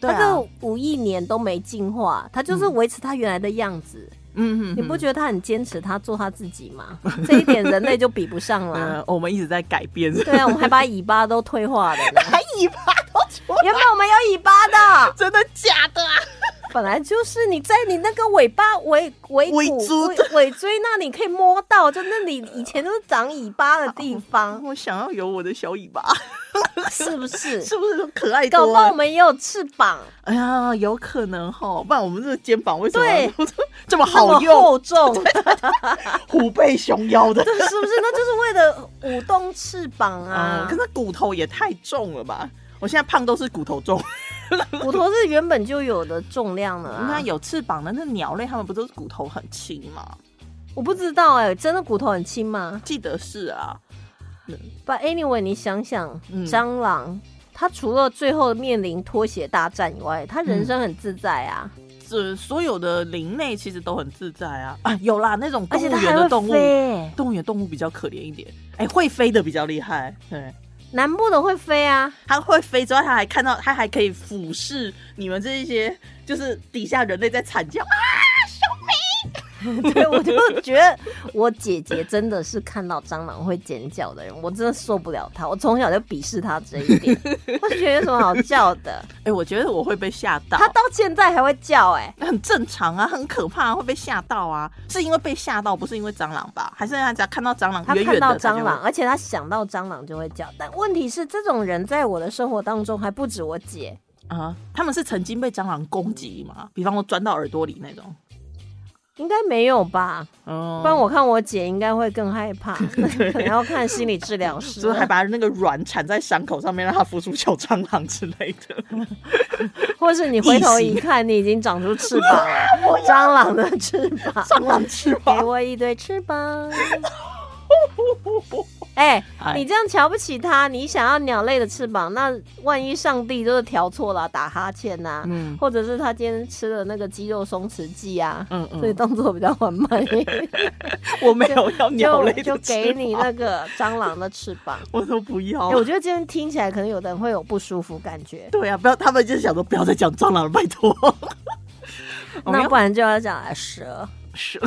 S2: 对
S1: 它
S2: 啊
S1: 这五亿年都没进化，它就是维持它原来的样子。
S2: 嗯，
S1: 你不觉得它很坚持，它做它自己 吗？这一点人类就比不上
S2: 得
S1: 啦。
S2: 呃，我们一直在改变，
S1: 啊 对啊，我们还把尾巴都退化了呢。
S2: 还尾巴都出，
S1: 原本我们有尾巴的，
S2: 真的假的啊？
S1: 本来就是你在你那个尾巴尾尾骨
S2: 尾椎
S1: 尾尾椎那里可以摸到，就那里以前都是长尾巴的地 方，
S2: 我想要有我的小尾巴，
S1: 是不是？
S2: 是不是可爱
S1: 搞
S2: 多
S1: 不好我
S2: 了？
S1: 们也有翅膀，
S2: 哎呀，有可能哈，不然我们这个肩膀为什
S1: 对
S2: 么 这
S1: 那么
S2: 么好用？
S1: 厚 重，
S2: 虎背熊腰 的哦
S1: 对，是不是？那就是为了舞动翅膀
S2: 啊
S1: 啊！
S2: 可是骨头也太重了吧？我现在胖都是骨头 重，
S1: 骨头是原本就有的重量了
S2: 你
S1: 啊
S2: 看。有翅膀的哦 那鸟类，它们不都是骨头很轻吗？
S1: 我不知道哎、真的骨头很轻吗
S2: 记得是啊，
S1: ？But anyway，你想想，
S2: 嗯
S1: 蟑螂。他除了最后面临拖鞋大战以外，他
S2: 嗯
S1: 人生很自在啊，
S2: 这所有的林类其实都很自在啊啊，有啦，那种
S1: 而
S2: 动
S1: 且
S2: 物
S1: 他
S2: 园
S1: 还
S2: 的动
S1: 会
S2: 物，
S1: 飞，
S2: 动物园动物比较可怜一点，哎、会飞的比较厉害，对，
S1: 南部的会飞啊，
S2: 它会飞之外，它还看到，它还可以俯视你们这一些，就是底下人类在惨叫啊，
S1: 对我就觉得我姐姐真的是看到蟑螂会尖叫的人，我真的受不了她，我从小就鄙视她这一点，我觉得有什么好叫 的，
S2: 哎、我觉得我会被吓到
S1: 她，到现在还会叫哎、
S2: 很正常啊，很可怕、啊，会被吓到啊，是因为被吓到，不是因为蟑螂吧？还是他只要看到蟑螂，
S1: 他
S2: 远
S1: 看
S2: 远
S1: 到
S2: 的
S1: 蟑螂，，而且他想到蟑螂就会叫。但问题是，这种人在我的生活当中还不止我姐，
S2: 啊，他们是曾经被蟑螂攻击嘛？比方说钻到耳朵里那种。
S1: 应该没有吧？
S2: 哦
S1: 不然我看我姐应该会更害 怕， 可能要看心理治疗师。
S2: 就是还把那个卵产在伤口上面，让它孵出小蟑螂之类 的。
S1: 或是你回头一看，你已经长出翅膀 了，蟑螂的翅膀，
S2: 蟑螂翅
S1: 给
S2: 膀，
S1: 我一对翅 膀。哎、
S2: 哎
S1: 你这样瞧不起他，你想要鸟类的翅膀，那万一上帝就是调错了，打哈欠呐、
S2: 嗯
S1: 或者是他今天吃了那个肌肉松弛剂啊，
S2: 嗯嗯
S1: 所以动作比较缓慢一点，
S2: 我没有要 鸟类的
S1: 就就
S2: 翅
S1: 给你
S2: 膀
S1: 那个蟑螂的翅膀。
S2: 我都不要。
S1: 哎、我觉得今天听起来可能有的人会有不舒服感觉，
S2: 对啊，不要，他们就想说不要再讲蟑螂了，拜托。我们
S1: 那
S2: 要
S1: 不然就要讲哎蛇。
S2: 蛇，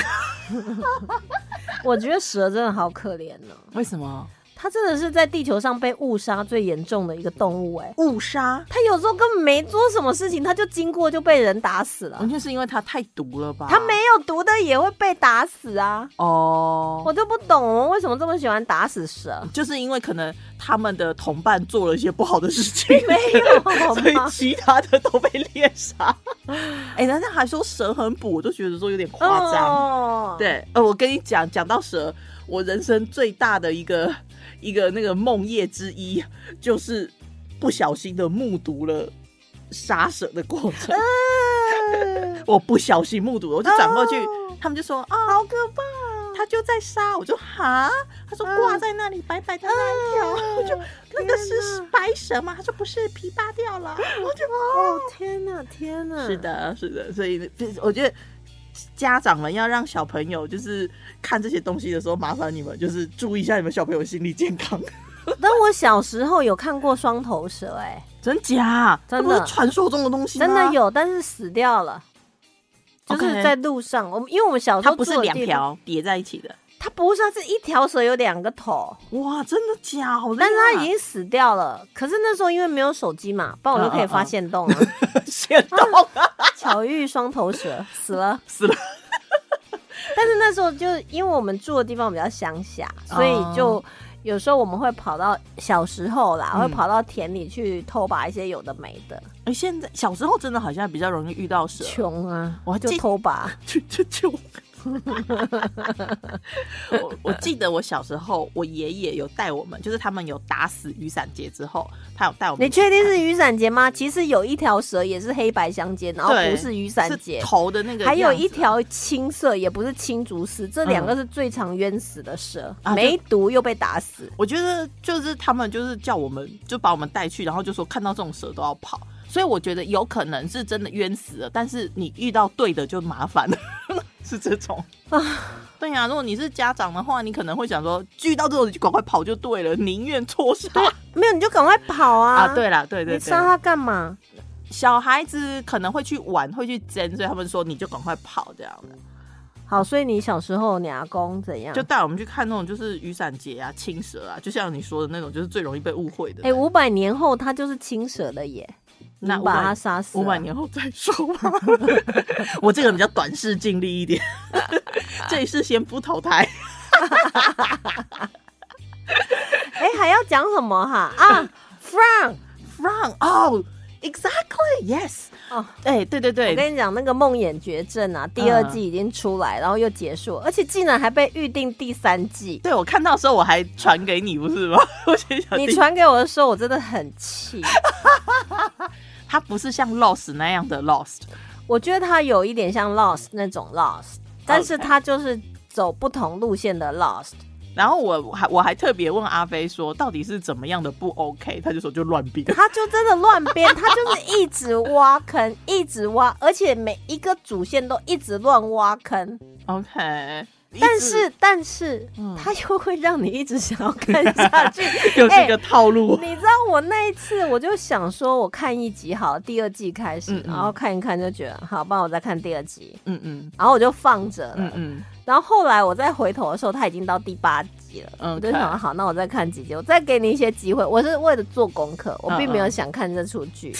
S1: 我觉得蛇真的好可怜呢、
S2: 为什么
S1: 它真的是在地球上被误杀最严重的一个动物、哎，
S2: 误杀？
S1: 它有时候根本没做什么事情，它就经过就被人打死了
S2: 完。哦全是因为它太毒了吧？
S1: 它没有毒的也会被打死啊！
S2: 哦，。
S1: 我就不懂我们为什么这么喜欢打死蛇
S2: 就是因为可能他们的同伴做了一些不好的事 情，
S1: 没有好
S2: 所以
S1: 吗？
S2: 其他的都被猎杀。 哎、人家还说蛇很补，我就觉得说有点夸张。
S1: 哦，
S2: 对，呃，我跟你讲，讲到蛇，我人生最大的一个一个那个梦魇之一，就是不小心的目睹了杀蛇的过程。
S1: 嗯
S2: 我不小心目睹了，我就转过去，
S1: 哦
S2: 他们就说啊，
S1: 好可怕！哦
S2: 他就在杀，我就哈，他说
S1: 嗯
S2: 挂在那里白白的那一条，
S1: 嗯
S2: 我就那个是
S1: 天
S2: 白蛇吗？他说不是，皮扒 掉了，我就
S1: 哦，天哪，天哪！
S2: 是，的，是的，所以就是我觉得家长们要让小朋友就是看这些东西的时候，麻烦你们就是注意一下你们小朋友心理健康。
S1: 但我小时候有看过双头蛇、哎，
S2: 真假？
S1: 真的
S2: 这不是传说中的东西吗
S1: 真的。有，但是死掉了。就是
S2: OK
S1: 在路上，我们因为我们小时
S2: 它
S1: 候
S2: 不是
S1: 住的
S2: 两
S1: 地方，
S2: 条叠在一起的，
S1: 它不是，它是一条蛇有两个头，
S2: 哇，真的假？好厉害
S1: 但是它已经死掉了。可是那时候因为没有手机嘛，不然我就可
S2: 嗯
S1: 以发现洞 了。
S2: 先到 了，
S1: 巧遇双头蛇死了，
S2: 死了。
S1: 但是那时候就因为我们住的地方比较乡下，所
S2: 哦
S1: 以就有时候我们会跑到小时候啦，
S2: 嗯
S1: 会跑到田里去偷拔一些有的没的，
S2: 哎，现在小时候真的好像比较容易遇到蛇，
S1: 穷啊，
S2: 我还
S1: 就
S2: 记
S1: 偷拔。
S2: 去去去！ 我我记得我小时候，我爷爷有带我们，就是他们有打死雨伞节之后，他有带我们
S1: 你
S2: 去看。
S1: 确定是雨伞节吗？其实有一条蛇也是黑白相间，然后
S2: 对
S1: 不是雨伞节
S2: 是。头的那个样子，啊嗯
S1: 还有一条青色，也不是青竹丝，这两个是最常冤死的蛇，
S2: 啊就
S1: 没毒又被打死。
S2: 我觉得就是他们就是叫我们就把我们带去，然后就说看到这种蛇都要跑，所以我觉得有可能是真的冤死了，但是你遇到对的就麻烦了， 是这种啊。对呀、如果你是家长的话，你可能会想说，遇到这种你就赶快跑就对了，宁愿错杀
S1: 没有你就赶快跑啊！
S2: 啊。对啦，对对
S1: 你杀
S2: 对，
S1: 它干嘛？
S2: 小孩子可能会去玩，会去争，所以他们说你就赶快跑这样的，
S1: 好，所以你小时候你阿公怎样
S2: 就？带我们去看那种就是雨伞节啊、青蛇啊，就像你说的那种，就是最容易被误会的。
S1: 哎，五百年后它就是青蛇的耶，
S2: 那
S1: 你
S2: 500
S1: 把它杀死
S2: 五
S1: 了
S2: 百年后再说吧。啊 我这个人比较短视近利 一点，这一次先不投胎。
S1: 哎，还要讲什么哈啊？From
S2: Wrong 哦、e x a c t l y yes。
S1: 哦，
S2: 哎、对对嗯
S1: 我
S2: 对，
S1: 跟你讲，那个《梦魇绝症》啊，第二季已经出来，然后又结束，而且竟然还被预定第三 季。
S2: 对我看到的时候我还传给你，不是吗？ 我心想
S1: 你传给我的时候，我真的很气。
S2: 它不是像 Lost 那样的 Lost，
S1: 我觉得它有一点像 Lost 那种 Lost，但是
S2: OK
S1: 它就是走不同路线的 Lost。
S2: 然后我还我还特别问阿飞说，到底是怎么样的不 OK？他就说就乱编。
S1: 他就真的乱编，他就是一直挖坑，一直挖，而且每一个主线都一直乱挖坑。
S2: OK，。
S1: 但是，但是，他又会让你一直想要看下去
S2: 嗯
S1: 哎
S2: 又是个套路。
S1: 你知道我那一次，我就想说，我看一集好，第二季开始，
S2: 嗯嗯
S1: 然后看一看就觉得好，不然我再看第二集，
S2: 嗯嗯
S1: 然后我就放着了。
S2: 嗯嗯，
S1: 然后后来我再回头的时候，他已经到第八集了。
S2: 嗯
S1: 我就想，好，那我再看几集，我再给你一些机会。我是为了做功课，我并没有想看这出 剧。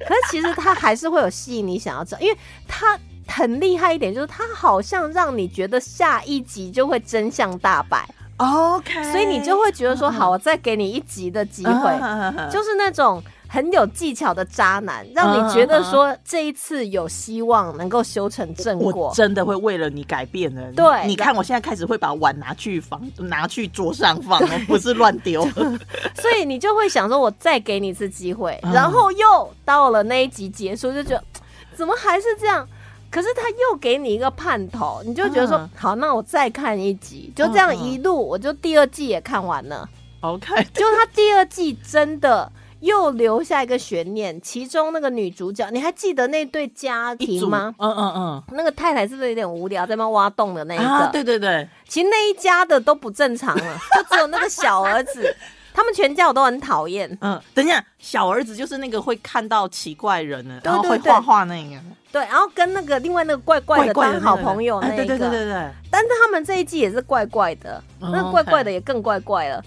S1: 可是其实它还是会有吸引你想要知道，因为它很厉害一点，就是它好像让你觉得下一集就会真相大白，
S2: OK，
S1: 所以你就会觉得
S2: 嗯
S1: 说，好，我再给你一集的机
S2: 啊
S1: 会。
S2: 就
S1: 就是那种很有技巧的渣男，让你觉得说这一次有希望能够修成正
S2: 嗯我
S1: 果。
S2: 真的会为了你改变的。
S1: 对
S2: 你看我现在开始会把碗拿去房，拿去桌上放，而不是乱丢。
S1: 所以你就会想说，我再给你一次机会，
S2: 嗯
S1: 然后又到了那一集结束，就觉得嗯怎么还是这样？可是他又给你一个盼头，你就觉得说、
S2: 嗯
S1: 好，那我再看一集，就这样
S2: 嗯嗯
S1: 一路，我就第二季也看完 了。
S2: OK，
S1: 就他第二季真的又留下一个悬念，其中那个女主角，你还记得那对家
S2: 一
S1: 庭
S2: 组
S1: 吗？？
S2: 嗯嗯
S1: 那个太太是不是有点无聊，在那边挖洞的那一
S2: 嗯。
S1: 个？
S2: 啊，对对对，
S1: 其实那一家的都不正常 了，就只有那个小儿子，他们全家我都很讨厌。
S2: 嗯，等一下，小儿子就是那个会看到奇怪人的，
S1: 对
S2: 然后会
S1: 对对
S2: 画画那个
S1: 对，然后跟那个另外那个怪怪的
S2: 怪的
S1: 当
S2: 那个
S1: 好朋友
S2: 哎
S1: 那一个，
S2: 对对对对对，
S1: 但是他们这一季也是怪怪的，
S2: 哦
S1: 那怪怪的也更怪怪了。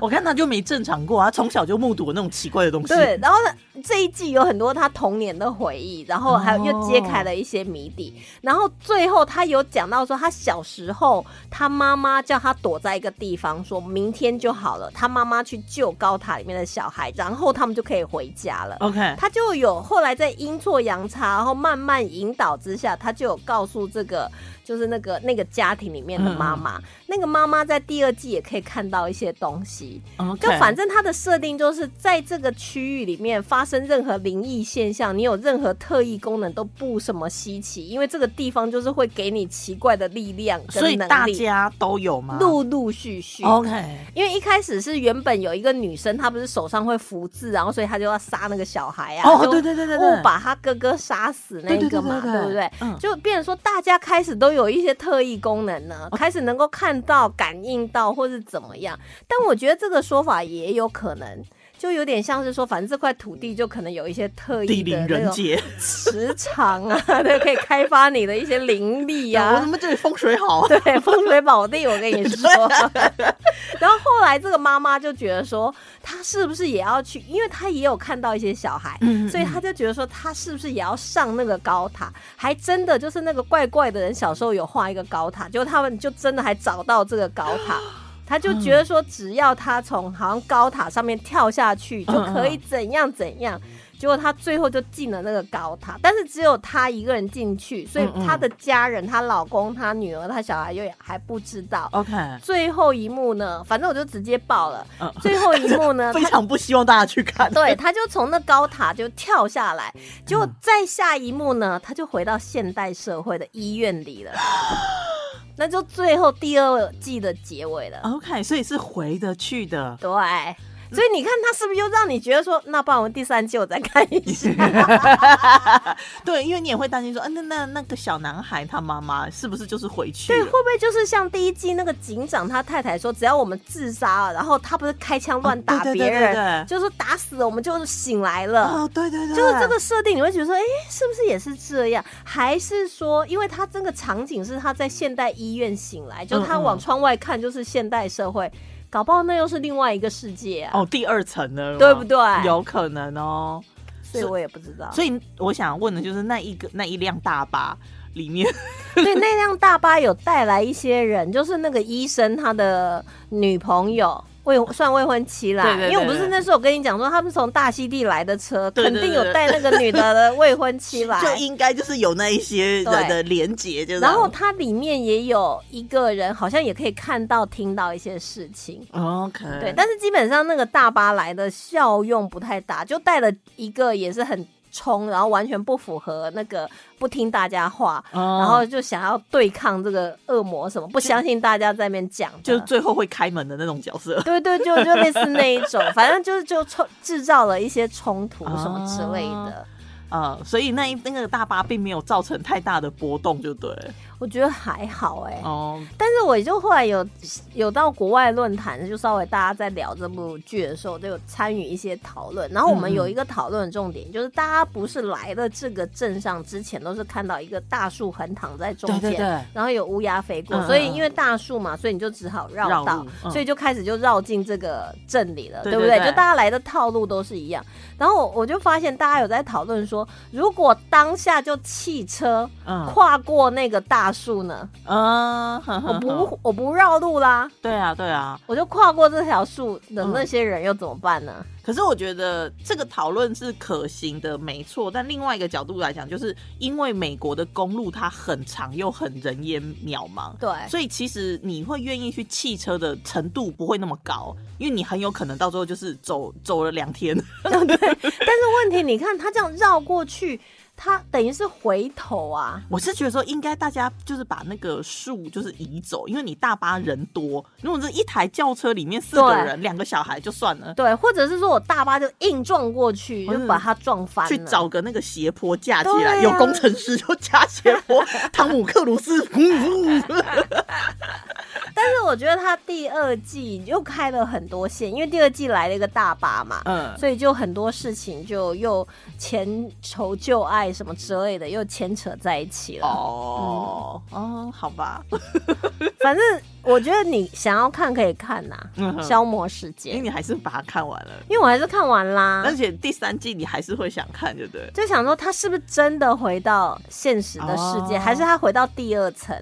S2: 我看他就没正常过，他从小就目睹那种奇怪的东西。
S1: 对，然后呢这一季有很多他童年的回忆，然后还有
S2: 哦
S1: 又揭开了一些谜底，然后最后他有讲到说，他小时候他妈妈叫他躲在一个地方，说明天就好了，他妈妈去救高塔里面的小孩，然后他们就可以回家了。
S2: ，OK，
S1: 他就有后来在阴错阳差，然后慢慢引导之下，他就有告诉这个就是那个那个家庭里面的妈妈，那个妈妈在第二季也可以看到一些东西。就
S2: OK
S1: 反正它的设定就是在这个区域里面发生任何灵异现象，你有任何特异功能都不什么稀奇，因为这个地方就是会给你奇怪的力量
S2: 所以
S1: 跟能
S2: 大
S1: 力，
S2: 家哦都有吗？
S1: 陆陆续续。
S2: OK，
S1: 因为一开始是原本有一个女生，她不是手上会福字，然后所以她就要杀那个小孩啊，
S2: 哦
S1: 就
S2: 对对对对对
S1: 误把她哥哥杀死那一个嘛，
S2: 对对对对对
S1: 对不对？
S2: 嗯
S1: 就变成说大家开始都有一些特异功能呢，开始能够看到、感应到或是怎么样。但我觉得这个说法也有可能。就有点像是说，反正这块土地就可能有一些特
S2: 地
S1: 异的
S2: 灵
S1: 那
S2: 人
S1: 种
S2: 杰，
S1: 磁场啊，对，可以开发你的一些灵力啊。
S2: 我怎么这里风水好？啊
S1: 对，风水宝地，我跟你 说。然后后来这个妈妈就觉得说，她是不是也要去？因为她也有看到一些小孩，
S2: 嗯
S1: 所以她就觉得说，她是不是也要上那个高塔？还真的就是那个怪怪的人小时候有画一个高塔，结果他们就真的还找到这个高 塔。她就觉得说，只要她从好像高塔上面跳下去，
S2: 嗯
S1: 就可以怎样怎样。结果她最后就进了那个高塔，但是只有她一个人进去，所以
S2: 嗯嗯
S1: 她的家人、她老公、她女儿、她小孩又还不知道。
S2: OK，
S1: 最后一幕呢，反正我就直接爆了。
S2: 嗯
S1: 最后一幕 呢，
S2: 非
S1: 她
S2: 常不希望大家去看。
S1: 对，她就从那高塔就跳下来，结
S2: 嗯
S1: 果再下一幕呢，她就回到现代社会的医院里 了。那就最后第二季的结尾了。
S2: ，OK，所以是回得去的。
S1: 对，所以你看他是不是又让你觉得说，那不然我们第三季我再看一 下？
S2: 对，因为你也会担心说，啊，那那那个小男孩他妈妈是不是就是回去
S1: 对，
S2: 了
S1: 会？不会就是像第一季那个警长他太太说，只要我们自杀了，然后他不是开枪乱打
S2: 哦对对
S1: 别人，
S2: 对对对
S1: 就是打死了我们就醒来了。
S2: 哦，对对对，
S1: 就是这个设定，你会觉得说，哎、是不是也是这样？还是说，因为他这个场景是他在现代医院醒来，就他
S2: 嗯嗯
S1: 往窗外看就是现代社会，搞不好那又是另外一个世界啊。
S2: 哦，第二层呢，
S1: 对不对
S2: 有可能哦。
S1: 所以我也不知道。
S2: 所以我想问的就是那一个那一辆大巴里面，
S1: 对，那辆大巴有带来一些人，就是那个医生他的女朋友。未算未婚妻啦，
S2: 哦对对对
S1: 因为我不是那时候我跟你讲说，他们从大溪地来的车，
S2: 对对对
S1: 肯定有带那个女的的未婚妻来。
S2: 就应该就是有那一些人
S1: 对
S2: 的连结，就是
S1: 然后它里面也有一个人，好像也可以看到、听到一些事情。
S2: OK，哦
S1: 对，但是基本上那个大巴来的效用不太大，就带了一个也是很冲，然后完全不符合那个不听大家话，
S2: 哦
S1: 然后就想要对抗这个恶魔什么，不相信大家在那边讲的，
S2: 就是最后会开门的那种角 色。
S1: 对对，就就类似那一 种，反正就是就冲制造了一些冲突什么之类的。
S2: 啊，所以那一那个大巴并没有造成太大的波动，就对了。
S1: 我觉得还好哎、
S2: 哦，
S1: 但是我就后来有有到国外论坛，就稍微大家在聊这部剧的时候，就有参与一些讨论。然后我们
S2: 嗯嗯
S1: 有一个讨论的重点，就是大家不是来了这个镇上之前，都是看到一个大树横躺在中间，
S2: 对对对
S1: 然后有乌鸦飞过，
S2: 嗯嗯
S1: 所以
S2: 嗯
S1: 因为大树嘛，所以你就只好
S2: 绕
S1: 绕道，
S2: 路嗯
S1: 所以就开始就绕进这个镇里了，
S2: 对
S1: 不
S2: 对
S1: 对？
S2: 对
S1: 就大家来的套路都是一样。然后我我就发现大家有在讨论说，如果当下就汽车
S2: 嗯
S1: 跨过那个大树呢？
S2: 嗯，
S1: 我
S2: 我
S1: 不我不绕路啦，
S2: 对啊，对啊。
S1: 我就跨过这条树的
S2: 嗯
S1: 那些人又怎么办呢？
S2: 可是我觉得这个讨论是可行的，没错。但另外一个角度来讲，就是因为美国的公路它很长又很人烟渺茫，
S1: 对，
S2: 所以其实你会愿意去汽车的程度不会那么高，因为你很有可能到最后就是走走了两天。
S1: 但是问题你看他这样绕过去，他等于是回头啊。
S2: 我是觉得说，应该大家就是把那个树就是移走，因为你大巴人多，如果这一台轿车里面四个
S1: 对
S2: 人，两个小孩就算了，
S1: 对，或者是说我大巴就硬撞过去，
S2: 或者
S1: 就把他撞翻了。
S2: 嗯去找个那个斜坡架起
S1: 对
S2: 来，
S1: 啊
S2: 有工程师就架斜 坡，汤姆克鲁斯，嗯嗯
S1: 但是我觉得他第二季又开了很多线，因为第二季来了一个大巴嘛，
S2: 嗯，
S1: 所以就很多事情就又前仇旧爱什么之类的又牵扯在一起了。
S2: 哦哦，好吧，
S1: 反正我觉得你想要看可以看呐、
S2: 嗯哼
S1: 消磨时
S2: 因为
S1: 间。
S2: 你还是把它看完了，
S1: 因为我还是看完啦，
S2: 而且第三季你还是会想看，对不对？
S1: 就想说他是不是真的回到现实的世界，
S2: 哦嗯
S1: 还是他回到第二层？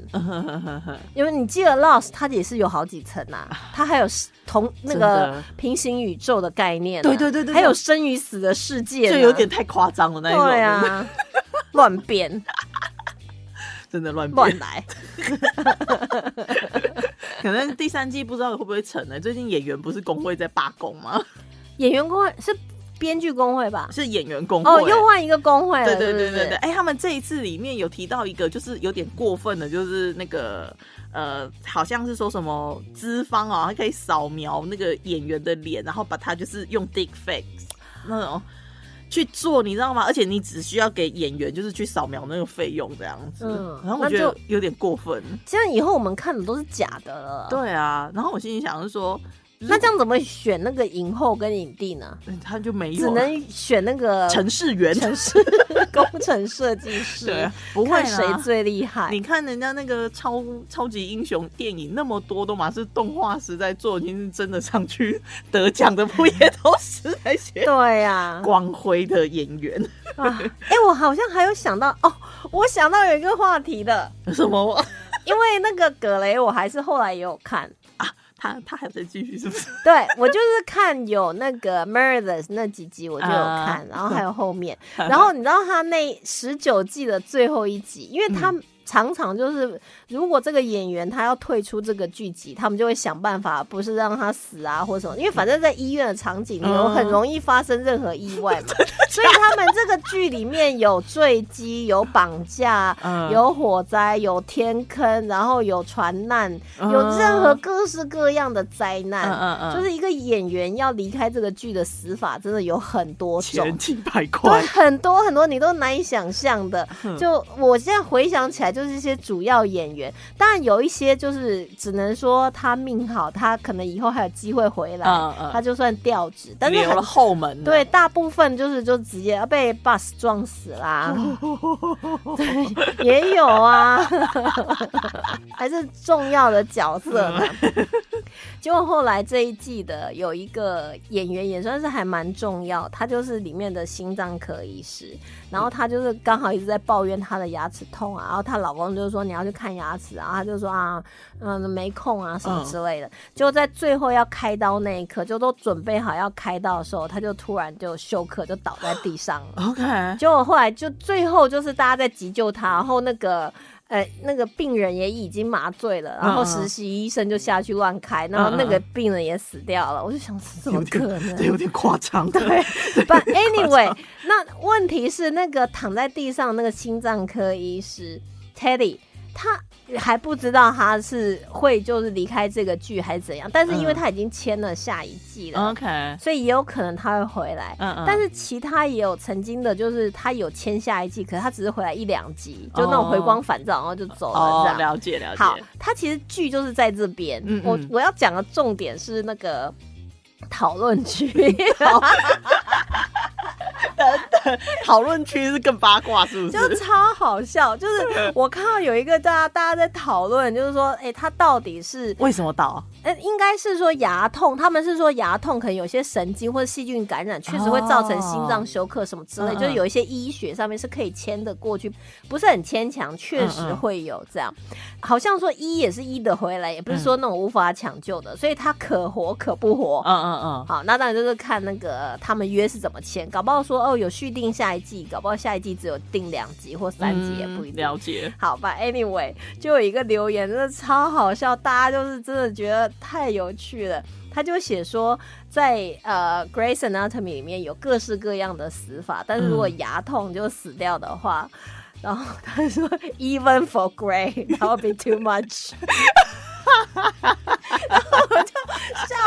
S1: 因为你记得 Lost，它也是有好几层啊，它还有同那
S2: 真
S1: 个
S2: 的
S1: 平行宇宙的概念啊、
S2: 对对对对对
S1: 还有生与死的世界呢，
S2: 就有点太夸张了那一种，
S1: 对 啊，乱编
S2: 真的乱编
S1: 乱来，
S2: 可能第三季不知道会不会成呢、最近演员不是工会在罢工吗？
S1: 演员工会是编剧工会吧？
S2: 是演员工会。
S1: 哦，又换一个工会了，
S2: 对
S1: 对
S2: 对对
S1: 不
S2: 对对，哎、他们这一次里面有提到一个，就是有点过分的，就是那个呃，好像是说什么资方啊，他可以扫描那个演员的脸，然后把他就是用 dick face 那种去做，你知道吗？而且你只需要给演员就是去扫描那个费用这样子，
S1: 嗯
S2: 然后
S1: 那
S2: 我觉
S1: 就
S2: 得有点过分。
S1: 这样以后我们看的都是假的了。，
S2: 对啊，然后我心里想是说，
S1: 那这样怎么选那个影后跟影帝呢？
S2: 嗯他就没有
S1: 只
S2: 啊
S1: 能选那个
S2: 城市员，
S1: 城市 工程设计
S2: 对
S1: 师
S2: 啊，不会
S1: 看
S2: 啦
S1: 谁最厉害。
S2: 你看人家那个超超级英雄电影那么多，都嘛是动画师在做，已经是真的上去得奖的，不也都是 那些
S1: 对 呀、
S2: 光辉的演员？
S1: 啊，哎、我好像还有想到哦，我想到有一个话题的，
S2: 什么？
S1: 因为那个葛雷，我还是后来也有看，
S2: 他他还在继续是不是？
S1: 对我就是看有那个 Murders 那几集我就有看，然后还有后面， 然后你知道他那十九季的最后一集，因为他
S2: 嗯
S1: 常常就是、如果这个演员他要退出这个剧集，他们就会想办法，不是让他死啊或什么，因为反正在医院的场景里有
S2: 嗯
S1: 很容易发生任何意外 嘛，所以他们这个剧里面有坠机、有绑架、
S2: 嗯
S1: 有火灾、有天坑，然后有船难，
S2: 嗯
S1: 有任何各式各样的灾难。
S2: 嗯嗯嗯
S1: 啊就是一个演员要离开这个剧的死法，真的有很多种
S2: 前。几百
S1: 对，
S2: 块，
S1: 很多很多你都难以想象的。
S2: 嗯
S1: 就我现在回想起来，就是一些主要演员，当然有一些就是只能说他命好，他可能以后还有机会回来，
S2: 嗯嗯
S1: 他就算调职，但是
S2: 留了
S1: 很。
S2: 后门。
S1: 对，，大部分就是就直接被 bus 撞死啦，对，也有啊， 还是重要的角色呢。结果后来这一季的有一个演员也算是还蛮重要，他就是里面的心脏科医师，然后他就是刚好一直在抱怨她的牙齿痛啊，然后她老公就说你要去看牙齿啊，然后她就说啊，嗯，没空啊什么之类的。结果在最后要开刀那一刻，就都准备好要开刀的时候，她就突然就休克，就倒在地上了。
S2: ，OK，
S1: 结果后来就最后就是大家在急救她，然后那个呃，那个病人也已经麻醉了，然后
S2: 嗯嗯嗯
S1: 实习医生就下去乱开，然后那个病人也死掉了。我就想，怎 么可能？
S2: 这有点夸张。对，
S1: But anyway，那问题是那个躺在地上那个心脏科医师 Teddy，他还不知道他是会就是离开这个剧还是怎样，但是因为
S2: 嗯
S1: 他已经签了下一季了。
S2: OK，
S1: 所以也有可能他会回来，
S2: 嗯嗯
S1: 但是其他也有曾经的，就是他有签下一季，可是他只是回来一两集，就那种回光返照，然后就走了这
S2: 哦
S1: 样。，
S2: 了解了解。
S1: 好，它其实剧就是在这边。
S2: 嗯嗯
S1: 我我要讲的重点是那个讨论区，
S2: 讨论区是更八卦，是不？
S1: 就是超好笑。就是我看到有一个大家大家在讨论，就是说，哎、他到底是
S2: 为什么啊倒？
S1: 呃，应该是说牙痛，他们是说牙痛可能有些神经或者细菌感染，确实会造成心脏休克什么之类，
S2: 哦嗯嗯
S1: 就是有一些医学上面是可以牵得过去，不是很牵强，确
S2: 嗯
S1: 实会有这样。好像说医也是医得回来，也
S2: 嗯
S1: 不是说那种无法抢救的，所以他可活可不活。
S2: 嗯嗯嗯，
S1: 好，那当然就是看那个他们约是怎么签，搞不好说哦有续订下一季，搞不好下一季只有订两集或三集也不一定。
S2: 嗯了解。
S1: 好吧，anyway，就有一个留言真的超好笑，大家就是真的觉得太有趣了。他就写说，在呃《Grey's Anatomy》里面有各式各样的死法，但是如
S2: 嗯
S1: 果牙痛就死掉的话，然后他说 Even for Grey, that would be too much。笑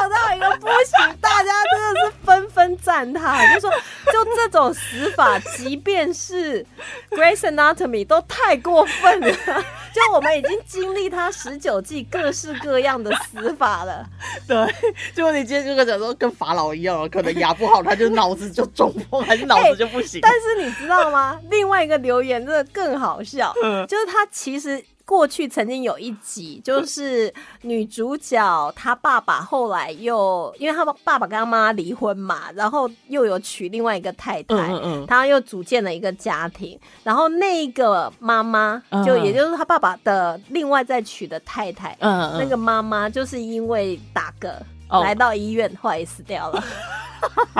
S1: 到一个不行，大家真的是纷纷赞叹，就说就这种死法，即便是 Grace Anatomy 都太过分了。 就我们已经经历它十九季各式各样的死法 了，
S2: 对，结果你今天就跟我讲说，跟法老一样，啊可能牙不好，他就脑子就中风，还是脑子就不行。
S1: 但是你知道吗？另外一个留言真的更好笑，
S2: 嗯
S1: 就是他其实。过去曾经有一集，就是女主角她爸爸后来又因为她爸爸跟她妈离婚嘛，然后又有娶另外一个太太，
S2: 嗯嗯
S1: 他又组建了一个家庭，然后那个妈妈，
S2: 嗯
S1: 就也就是他爸爸的另外再娶的太太，
S2: 嗯
S1: 那个妈妈就是因为打嗝。
S2: 哦
S1: 来到医院，后来也死掉了。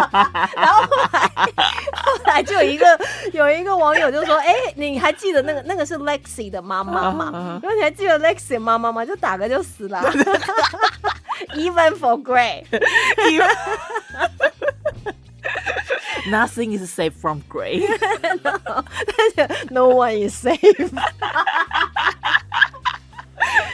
S1: 然后后来，后来就有一个有一个网友就说：“哎、你还记得那
S2: 嗯
S1: 个那个是 Lexi 的妈妈吗？
S2: 嗯嗯嗯
S1: 然后你还记得 Lexi 的妈妈吗？就打嗝就死了。Even for Grey，
S2: 嗯 Nothing is safe from grey。
S1: No one is safe。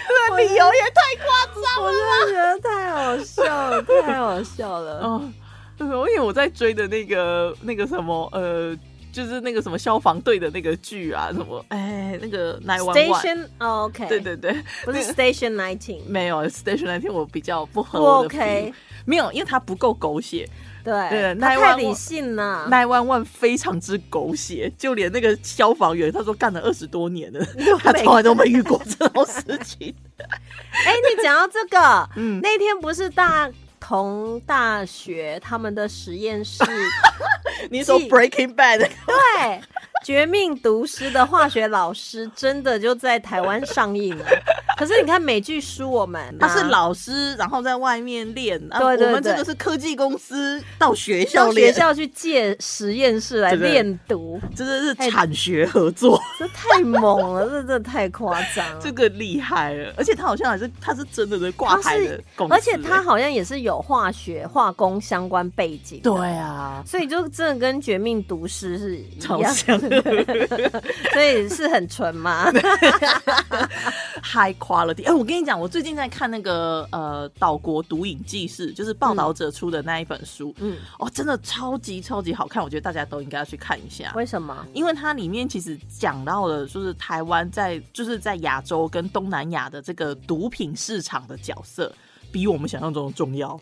S1: 这理由也太夸张了，我真的觉得太好笑了，太好笑了。
S2: 哦，对，因为我在追的那个那个什么呃，就是那个什么消防队的那个剧啊，什么哎那个 nine one one，
S1: Station 哦 OK，
S2: 对，对对，
S1: 不是
S2: 那个
S1: Station Nineteen，
S2: 没有 station 那天我比较不合
S1: 不
S2: 哦我的
S1: OK
S2: 脾没有，因为它不够狗血。
S1: 对，
S2: 对
S1: 他
S2: 911
S1: 太理性了。
S2: nine one one 非常之狗血，就连那个消防员，他说干了二十多年了， 他从来都没遇过这种事 情。
S1: 哎，你讲到这个，
S2: 嗯
S1: 那天不是大同大学他们的实验 室
S2: 你说
S1: 记啊
S2: Breaking Bad
S1: 对。绝命毒师的化学老师真的就在台湾上映 了，可是你看美剧输我们、啊，
S2: 他是老师，然后在外面练。啊
S1: 对对
S2: 我们
S1: 对
S2: 这个是科技公司到学校
S1: 到学
S2: 练，
S1: 校去借实验室来
S2: 对对
S1: 练毒，
S2: 真的是产学合作，
S1: 这太猛了，这真的太夸张了
S2: 这。个厉害了。而且他好像还是他是真的的挂
S1: 他
S2: 牌的
S1: 是
S2: 公，司，欸
S1: 而且他好像也是有化学、化工相关背景，
S2: 对啊，
S1: 所以就真的跟《绝命毒师》是一
S2: 超
S1: 样，
S2: 像
S1: 所以是很纯 嘛。
S2: high quality。哎、我跟你讲，我最近在看那个呃岛国毒瘾记事，就是报道者出的那一本书，
S1: 嗯，
S2: 哦，真的超级超级好看，我觉得大家都应该要去看一下。
S1: 为什么？
S2: 因为它里面其实讲到了，就是台湾在就是在亚洲跟东南亚的这个毒品市场的角色，比我们想象中的重要，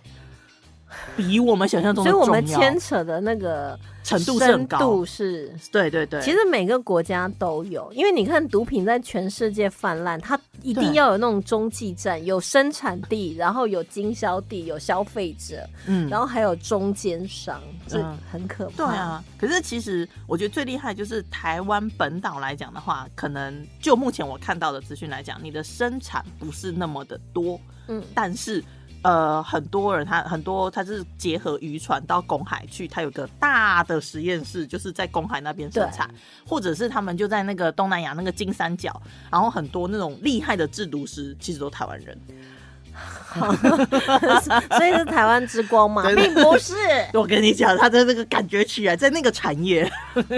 S2: 比我们想象中
S1: 所
S2: 的
S1: 以
S2: 重
S1: 我
S2: 要
S1: 们牵扯的那个
S2: 程度是很
S1: 深
S2: 高
S1: 度是。
S2: 对对对，
S1: 其实每个国家都有，因为你看毒品在全世界泛滥，它一定
S2: 对
S1: 要有那种中继站，有生产地，然后有经销地，有消费者，
S2: 嗯
S1: 然后还有中间商，这
S2: 嗯
S1: 很可怕。
S2: 对，啊，
S1: 嗯
S2: 可是其实我觉得最厉害就是台湾本岛来讲的话，可能就目前我看到的资讯来讲，你的生产不是那么的多，
S1: 嗯
S2: 但是呃，很多人他很多他是结合渔船到公海去，他有个大的实验室，就是在公海那边生产，或者是他们就在那个东南亚那个金三角，然后很多那种厉害的制毒师其实都台湾人。
S1: 所以是台湾之光嘛，
S2: 对对
S1: 并不 是。
S2: 我跟你讲，他的那个感觉起来，在那个产业，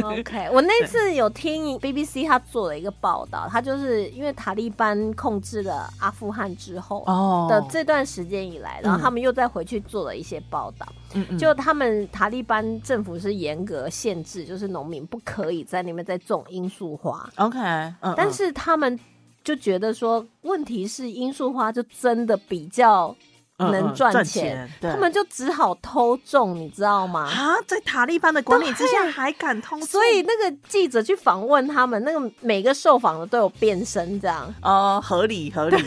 S1: OK，我那次有听 BBC 他做了一个报道，他就是因为塔利班控制了阿富汗之后
S2: 哦
S1: 的这段时间以来，然后
S2: 嗯
S1: 他们又再回去做了一些报道。
S2: 嗯嗯
S1: 就他们塔利班政府是严格限制，就是农民不可以在那边再种罂粟花，
S2: OK，嗯嗯
S1: 但是他们就觉得说，问题是罂粟花就真的比较
S2: 嗯嗯
S1: 能
S2: 赚
S1: 赚
S2: 钱对
S1: 他们就只好偷种，你知道吗？
S2: 啊，在塔利班的管理之下还敢通缉，
S1: 所以那个记者去访问他们，那个每个受访的都有变身，这 样
S2: 呃，合理合理，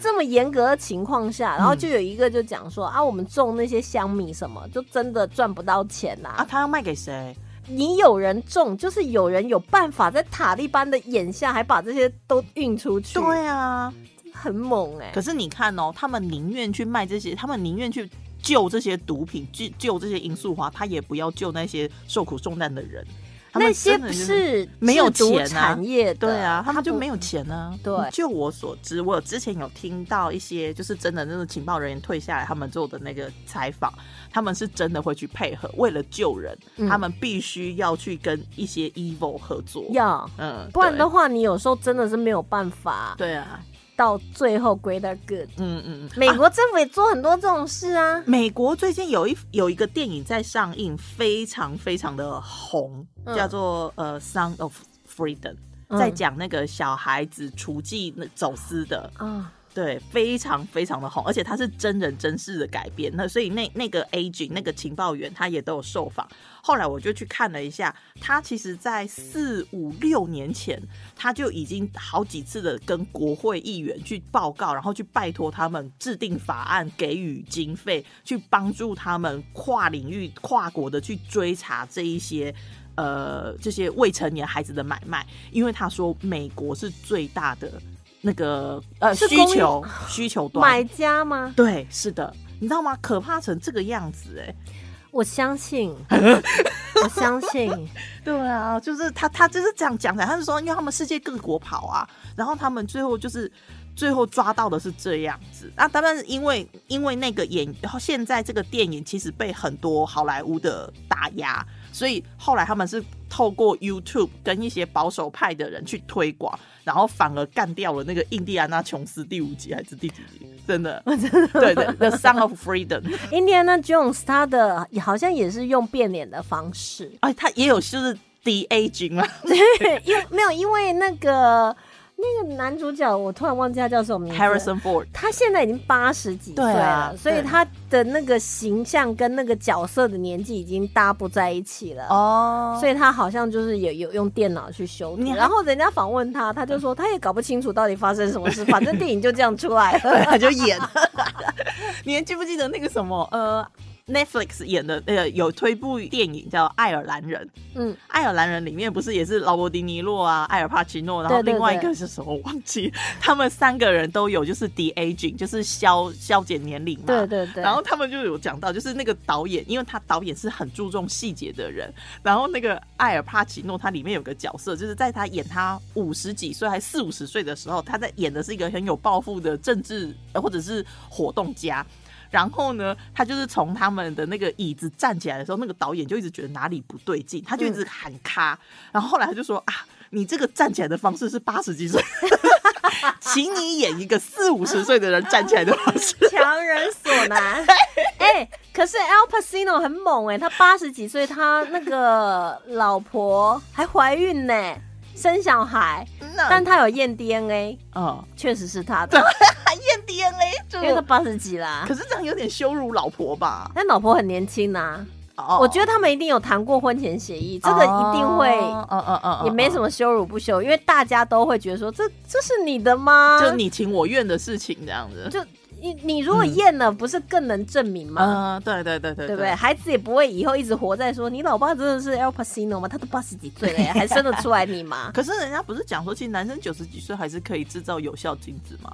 S1: 这么严格的情况下，然后就有一个就讲说、啊，我们种那些香米什么，就真的赚不到钱呐、
S2: 啊，他要卖给谁？
S1: 你有人种，就是有人有办法在塔利班的眼下还把这些都运出去，
S2: 对啊，
S1: 很猛哎、
S2: 可是你看哦，他们宁愿去卖这些，他们宁愿去救这些毒品，救救这些罂粟花，他也不要救那些受苦受难的人。他们
S1: 那些
S2: 真
S1: 不
S2: 的就是没有
S1: 制毒
S2: 钱啊
S1: 产业的，
S2: 对啊，他们就
S1: 不嗯
S2: 没有钱呢、
S1: 对
S2: 就我所知，我有之前有听到一些，就是真的那种情报人员退下来，他们做的那个采访，他们是真的会去配合，为了救人，
S1: 嗯
S2: 他们必须要去跟一些 evil 合作。
S1: 要，
S2: 嗯，
S1: 不然的
S2: 话，
S1: 话，你有时候真的是没有办法
S2: 对啊，
S1: 到最后 greater good。
S2: 嗯嗯，嗯
S1: 美
S2: 啊
S1: 国政府也做很多这种事啊，
S2: 美国最近有一有一个电影在上映，非常非常的红，
S1: 嗯
S2: 叫做呃《Sound of Freedom》，
S1: 嗯
S2: 在讲那个小孩子除妓那走私的，
S1: 啊，
S2: 对，非常非常的红，而且它是真人真事的改编，那所以那那个 A 君那个情报员他也都有受访。后来我就去看了一下，他其实在四五六年前他就已经好几次的跟国会议员去报告，然后去拜托他们制定法案，给予经费，去帮助他们跨领域、跨国的去追查这一些。呃，这些未成年孩子的买卖，因为他说美国是最大的那个呃
S1: 是
S2: 需
S1: 供应
S2: 求需求端，
S1: 买家吗？
S2: 对，是的，你知道吗？可怕成这个样子、哎，
S1: 我相 信，我相信，
S2: 对啊，就是他，他就是这样讲的。他是说，因为他们世界各国跑啊，然后他们最后就是最后抓到的是这样子。那当然，因为因为那个演，然后现在这个电影其实被很多好莱坞的打压，所以后来他们是透过 YouTube 跟一些保守派的人去推广，然后反而干掉了那个印第安纳琼斯第五集还是第几集？真 的，真的，对对，The Song of Freedom。
S1: Indiana Jones 他的好像也是用变脸的方 式，
S2: 哎，他也有就是 D A 君嘛，
S1: 因为没有因为那个那个男主角，我突然忘记他叫什么
S2: 嗯
S1: 名字。
S2: Harrison Ford。
S1: 他现在已经八十几岁
S2: 对
S1: 了，
S2: 啊
S1: 所以
S2: 对
S1: 他的那个形象跟那个角色的年纪已经搭不在一起了。
S2: 哦
S1: 所以他好像就是有有用电脑去修图
S2: 你，还
S1: 然后人家访问他，他 就说他也搞不清楚到底发生什么事，反正电影就这样出来了。
S2: 他就演。你还记不记得那个什么 呃，Netflix 演的呃有推部电影叫《爱尔兰人》？
S1: 嗯，
S2: 爱尔兰人里面不是也是劳勃迪尼洛啊、艾尔帕奇诺，然后
S1: 对对
S2: 另外一
S1: 对
S2: 个是什么我忘记，他们三个人都有就是 de aging，就是消消减年龄嘛。
S1: 对对对。
S2: 然后他们就有讲到，就是那个导演，因为他导演是很注重细节的人。然后那个艾尔帕奇诺，他里面有个角色，就是在他演他五十几岁还四五十岁的时候，他在演的是一个很有抱负的政治呃或者是活动家。然后呢，他就是从他们的那个椅子站起来的时候，那个导演就一直觉得哪里不对劲，他就一直喊咔。然后后来他就说啊，你这个站起来的方式是八十几岁，请你演一个四五十岁的人站起来的方式。
S1: 强人所难。哎、可是 Al Pacino 很猛哎、他八十几岁，他那个老婆还怀孕呢、生小孩，
S2: 那
S1: 但他有验 DNA，
S2: 嗯。
S1: 确实是 他的，
S2: 还验 DNA 就
S1: 因为他八十几啦
S2: 可。是这样有点羞辱老婆吧？
S1: 但老婆很年轻呐、
S2: 哦
S1: 我觉得他们一定有谈过婚前协议，这个一定会。
S2: 嗯嗯嗯
S1: 也没什
S2: 么，
S1: 么羞辱不羞，因为大家都会觉得说这这是你的吗？
S2: 就你情我愿的事情这样子。
S1: 就你你如果验了，不是更能证明吗？
S2: 嗯，对对对对
S1: 对不对？孩子也不会以后一直活在说你老爸真的是 El Pacino 吗？他都八十几岁了耶，还生得出来你吗？
S2: 可是人家不是讲说，其实男生九十几岁还是可以制造有效精子吗？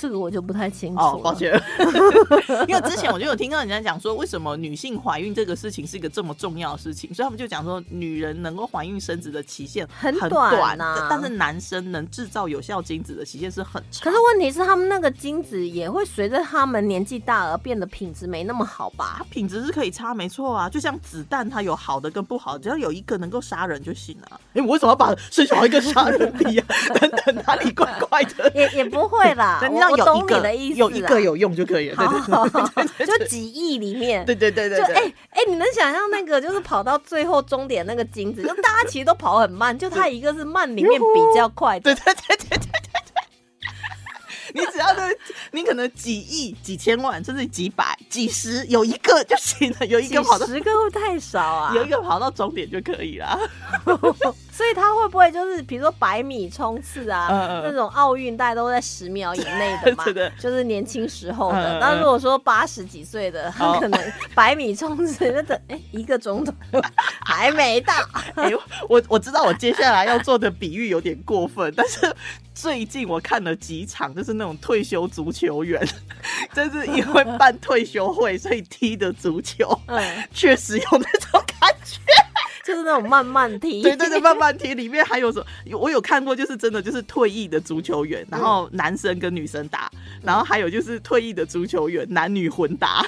S1: 这个我就不太清楚了。
S2: 哦，抱歉， 因为之前我就有听到人家讲说，为什么女性怀孕这个事情是一个这么重要的事情，所以他们就讲说，女人能够怀孕生子的期限
S1: 很
S2: 很
S1: 短啊
S2: 但是男生能制造有效精子的期限是很长。
S1: 可是问题是，他们那个精子也会随着他们年纪大而变得品质没那么好吧
S2: 它？品质是可以差，没错啊，就像子弹，它有好的跟不好的，只要有一个能够杀人就行了、啊。哎、我为什么要把生小孩跟杀人比啊？等等，哪里怪怪的？，
S1: 也也不会啦
S2: 但你
S1: 啊我我
S2: 要有一
S1: 懂你
S2: 个
S1: 的意思啦，
S2: 有一个有用就可以了。对对
S1: 好
S2: 对
S1: 好好，就几亿里面，
S2: 对对对 对
S1: 就
S2: 对
S1: 哎哎、你能想象那个就是跑到最后终点那个金子，就大家其实都跑很慢，就他一个是慢里面比较快的，
S2: 对对对对对对对你只要是你可能几亿、几千万，甚至几百、几十，有一个就行了，有一
S1: 几
S2: 个跑到
S1: 十个会不会太少啊？
S2: 有一个跑到终点就可以啦。
S1: 所以他会不会就是比如说百米冲刺啊，
S2: 嗯嗯
S1: 那种奥运大家都在十秒以内的 嘛
S2: 是的，
S1: 就是年轻时候
S2: 嗯嗯
S1: 的。
S2: 嗯
S1: 那、如果说八十几岁的，他
S2: 哦
S1: 可能百米冲刺就等、哎一个钟头还没 到，
S2: 哎呦，我我知道我接下来要做的比喻有点过分， 但是最近我看了几场，就是那种退休足球员， 就是因为办退休会，所以踢的足球，
S1: 嗯，
S2: 确实有那种感觉。
S1: 就是那种慢慢踢，
S2: 对对对，慢慢踢里面还有什么？有我有看过，就是真的就是退役的足球员，然后男生跟女生打，然后还有就是退役的足球员男女混打，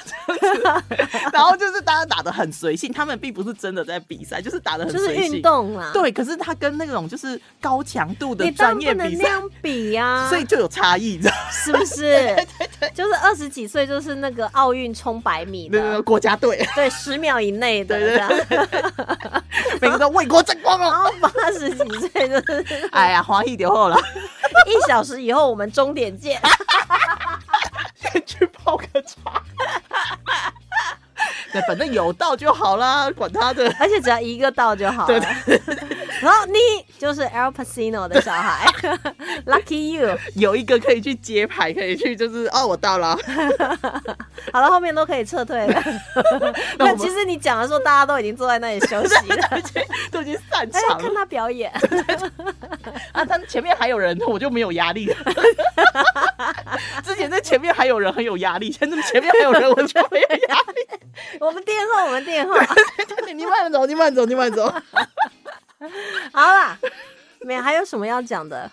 S2: 然后就是大家打的很随性，他们并不是真的在比赛，就是打的很
S1: 就是
S2: 随性
S1: 运。动啦。
S2: 对，可是他跟那种就是高强度的
S1: 你当
S2: 专
S1: 然不能
S2: 业比
S1: 那
S2: 赛，
S1: 样比呀、啊，
S2: 所以就有差异，你知道吗？
S1: 是 不是？就是二十几岁，就是那个奥运冲百米
S2: 那个
S1: 的，
S2: 国家队，
S1: 对，十秒以内的，
S2: 对对
S1: 这样
S2: 每个都为国争光
S1: 然
S2: 哦。
S1: 后八十几岁就是
S2: 哎呀，华裔留后了，
S1: 一小时以后我们终点 见。
S2: 先去泡个茶。对，反正有到就好啦，管他的。
S1: 而且只要一个到就好了。
S2: 对对
S1: 然后你就是 El Pacino 的小孩 ，Lucky you。
S2: 有一个可以去揭牌，可以去就是哦，我到 了，
S1: 好了，后面都可以撤退了。
S2: 那我
S1: 那
S2: 们
S1: 其实你讲的时候，大家都已经坐在那里休息 了。
S2: 都已经散
S1: 哎，
S2: 场
S1: 看
S2: 了
S1: 他表 演，
S2: 啊！但前面还有人，我就没有压力了。之前在前面还有人很有压力，现在前面还有人，我就没有压力。
S1: 我们垫后，我们垫后。
S2: 你慢走，你慢走，你慢走。
S1: 好啦，没有还有什么要讲的？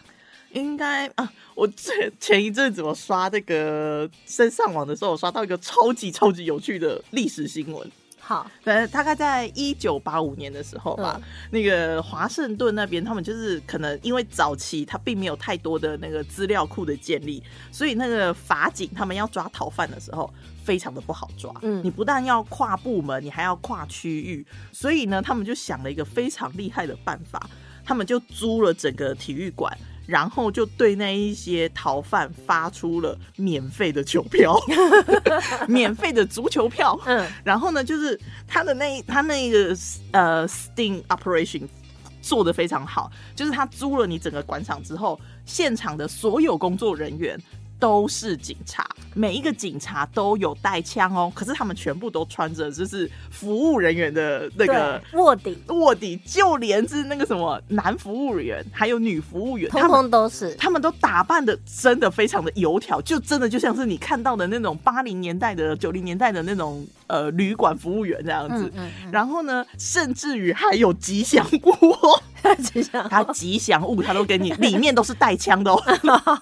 S2: 应该啊，我前前一阵子我刷这个身上网的时候，我刷到一个超级超级有趣的历史新闻。
S1: 好，
S2: 呃，大概在一九八五年的时候吧，那个华盛顿那边，他们就是可能因为早期他并没有太多的那个资料库的建立，所以那个法警他们要抓逃犯的时候非常的不好抓。
S1: 嗯
S2: 你不但要跨部门，你还要跨区域，所以呢，他们就想了一个非常厉害的办法，他们就租了整个体育馆。然后就对那一些逃犯发出了免费的球票，免费的足球票，
S1: 嗯，
S2: 然后呢，就是他的那他那个呃 Sting Operation 做的非常好，就是他租了你整个广场之后，现场的所有工作人员。都是警察，每一个警察都有带枪哦，可是他们全部都穿着就是服务人员的那个
S1: 对，卧底，
S2: 卧底，就连是那个什么男服务员还有女服务员，
S1: 通
S2: 他们
S1: 通都是。
S2: 他们都打扮的真的非常的油条，就真的就像是你看到的那种八零年代的、九零年代的那种呃旅馆服务员这样子。
S1: 嗯嗯
S2: 然后呢，甚至于还有吉祥物、哦，
S1: 嗯，就像
S2: 他吉祥物他都给你，里面都是带枪的、哦。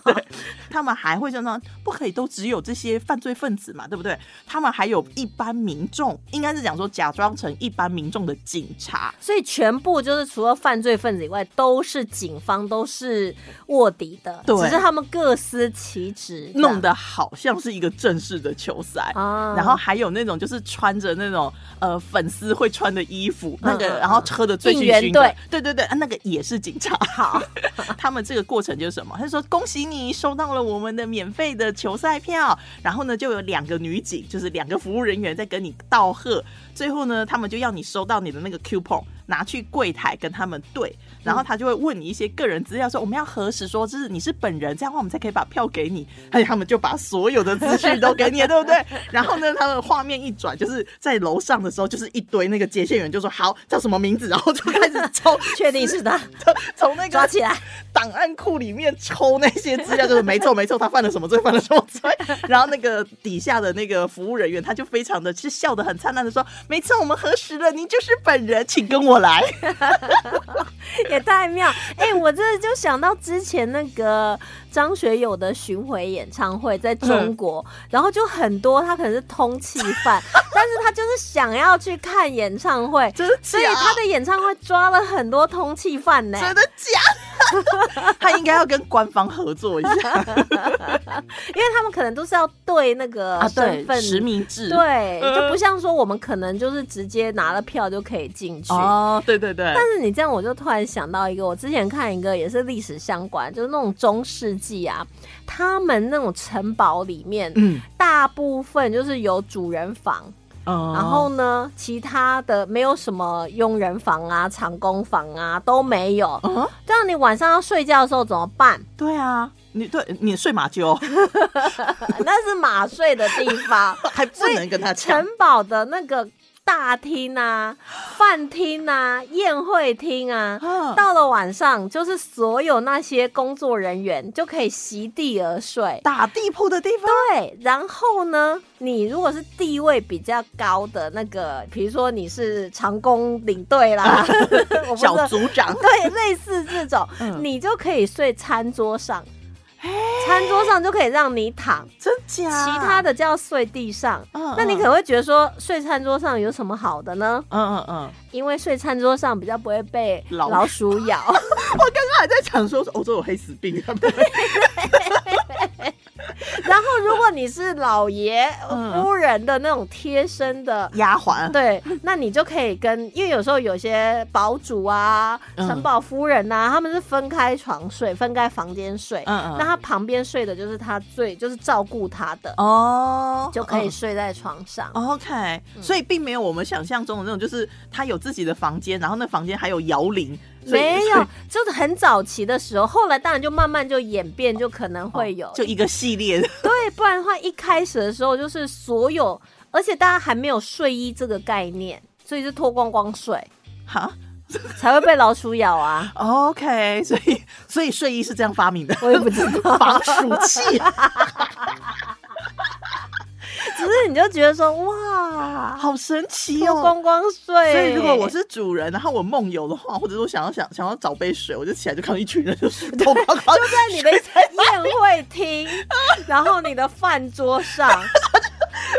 S2: 对，他们还会就说不可以都只有这些犯罪分子嘛，对不对？他们还有一般民众，应该是讲说假装成一般民众的警察。
S1: 所以全部就是除了犯罪分子以外，都是警方，都是卧底的，
S2: 对
S1: 只是他们各司其职，
S2: 弄得好像是一个正式的球赛
S1: 啊
S2: 然后还有那种就是穿着那种呃粉丝会穿的衣服，那
S1: 嗯嗯
S2: 个
S1: 嗯
S2: 然后喝的醉醺
S1: 应援
S2: 醺的
S1: 队，
S2: 对对对，啊那个也是警察。
S1: 好，
S2: 他们这个过程就是什么？他就说恭喜你收到了我们的免费的球赛票，然后呢就有两个女警，就是两个服务人员在跟你道贺，最后呢他们就要你收到你的那个 coupon。拿去柜台跟他们对，然后他就会问你一些个人资料，说哦我们要核实说这是你是本人，这样的话我们才可以把票给你。而且他们就把所有的资讯都给你了，对不对？然后呢，他的画面一转，就是在楼上的时候，就是一堆那个接线员就说好叫什么名字，然后就开始抽
S1: 确定是他，
S2: 从从那 个
S1: 抓起来。
S2: 档案库里面抽那些资料，就是没错没错，他犯了什么罪，犯了什么罪。然后那个底下的那个服务人员，他就非常的是笑得很灿烂的说：“没错，我们核实了，您就是本人，请跟 我来。
S1: 也太 妙！哎、我真的就想到之前那个张学友的巡回演唱会在中国，
S2: 嗯
S1: 然后就很多他可能是通气 犯，但是他就是想要去看演唱会”，
S2: 真的假
S1: 所以他的演唱会抓了很多通气犯呢、
S2: 真的假的？他应该要跟官方合作一下
S1: 因为他们可能都是要啊对那个身份、
S2: 啊实名制。
S1: 对
S2: 嗯
S1: 就不像说我们可能就是直接拿了票就可以进去。
S2: 哦，对对对，
S1: 但是你这样，我就突然想到一个，我之前看一个也是历史相关，就是那种中世纪啊，他们那种城堡里面，
S2: 嗯，
S1: 大部分就是有主人房，
S2: 然
S1: 然后呢，其他的没有什么佣人房啊、长工房啊都没有。
S2: 啊，
S1: 这样你晚上要睡觉的时候怎么办？
S2: 对啊，你对你睡马厩
S1: 那是马睡的地方，
S2: 还不能跟他抢
S1: 城，堡的那个大厅啊、饭厅啊、宴会厅啊。
S2: 啊
S1: 到了晚上，就是所有那些工作人员就可以席地而睡。
S2: 打地铺的地方。
S1: 对，然后呢，你如果是地位比较高的那个，比如说你是长工领队啦， 我不知道
S2: 啊小组长，
S1: 对，类似这种，
S2: 嗯
S1: 你就可以睡餐桌上，餐桌上就可以让你躺，
S2: 真假？
S1: 其他的就要睡地上。
S2: 啊嗯，嗯
S1: 那你可能会觉得说睡餐桌上有什么好的呢？
S2: 嗯嗯嗯，
S1: 因为睡餐桌上比较不会被
S2: 老
S1: 老鼠咬。
S2: 我刚刚还在想说，欧洲有黑死 病，对，
S1: 然后，如果你是老爷
S2: 嗯
S1: 夫人的那种贴身的，
S2: 丫鬟，
S1: 对，那你就可以跟，因为有时候有些堡主啊、
S2: 嗯
S1: 城堡夫人呐、啊，他们是分开床睡、分开房间睡，
S2: 嗯
S1: 那他旁边睡的就是他最就是照顾他的，
S2: 哦
S1: 就可以睡在床上。
S2: 嗯 OK，所以并没有我们想象中的那种，就是他有自己的房间，然后那房间还有摇铃，所以
S1: 没
S2: 所
S1: 有
S2: 以，
S1: 就是很早期的时候，后来当然就慢慢就演变，就可能会有，
S2: 哦就一个系列的，
S1: 对，不然的话一开始的时候就是所有，而且大家还没有睡衣这个概念，所以就脱光光睡。
S2: 哈
S1: 才会被老鼠咬 啊！
S2: ，OK，所以所以睡衣是这样 发明的，，
S1: 我也不知道
S2: 防暑器，
S1: 只是你就觉得说哇，
S2: 好神奇
S1: 脱
S2: 哦。
S1: 光光睡。
S2: 所以如果我是主人，然后我梦游的话，或者说想要想想要找杯水，我就起来就看到一群人 就是偷光光
S1: 就在你的宴会厅，然后你的饭桌上，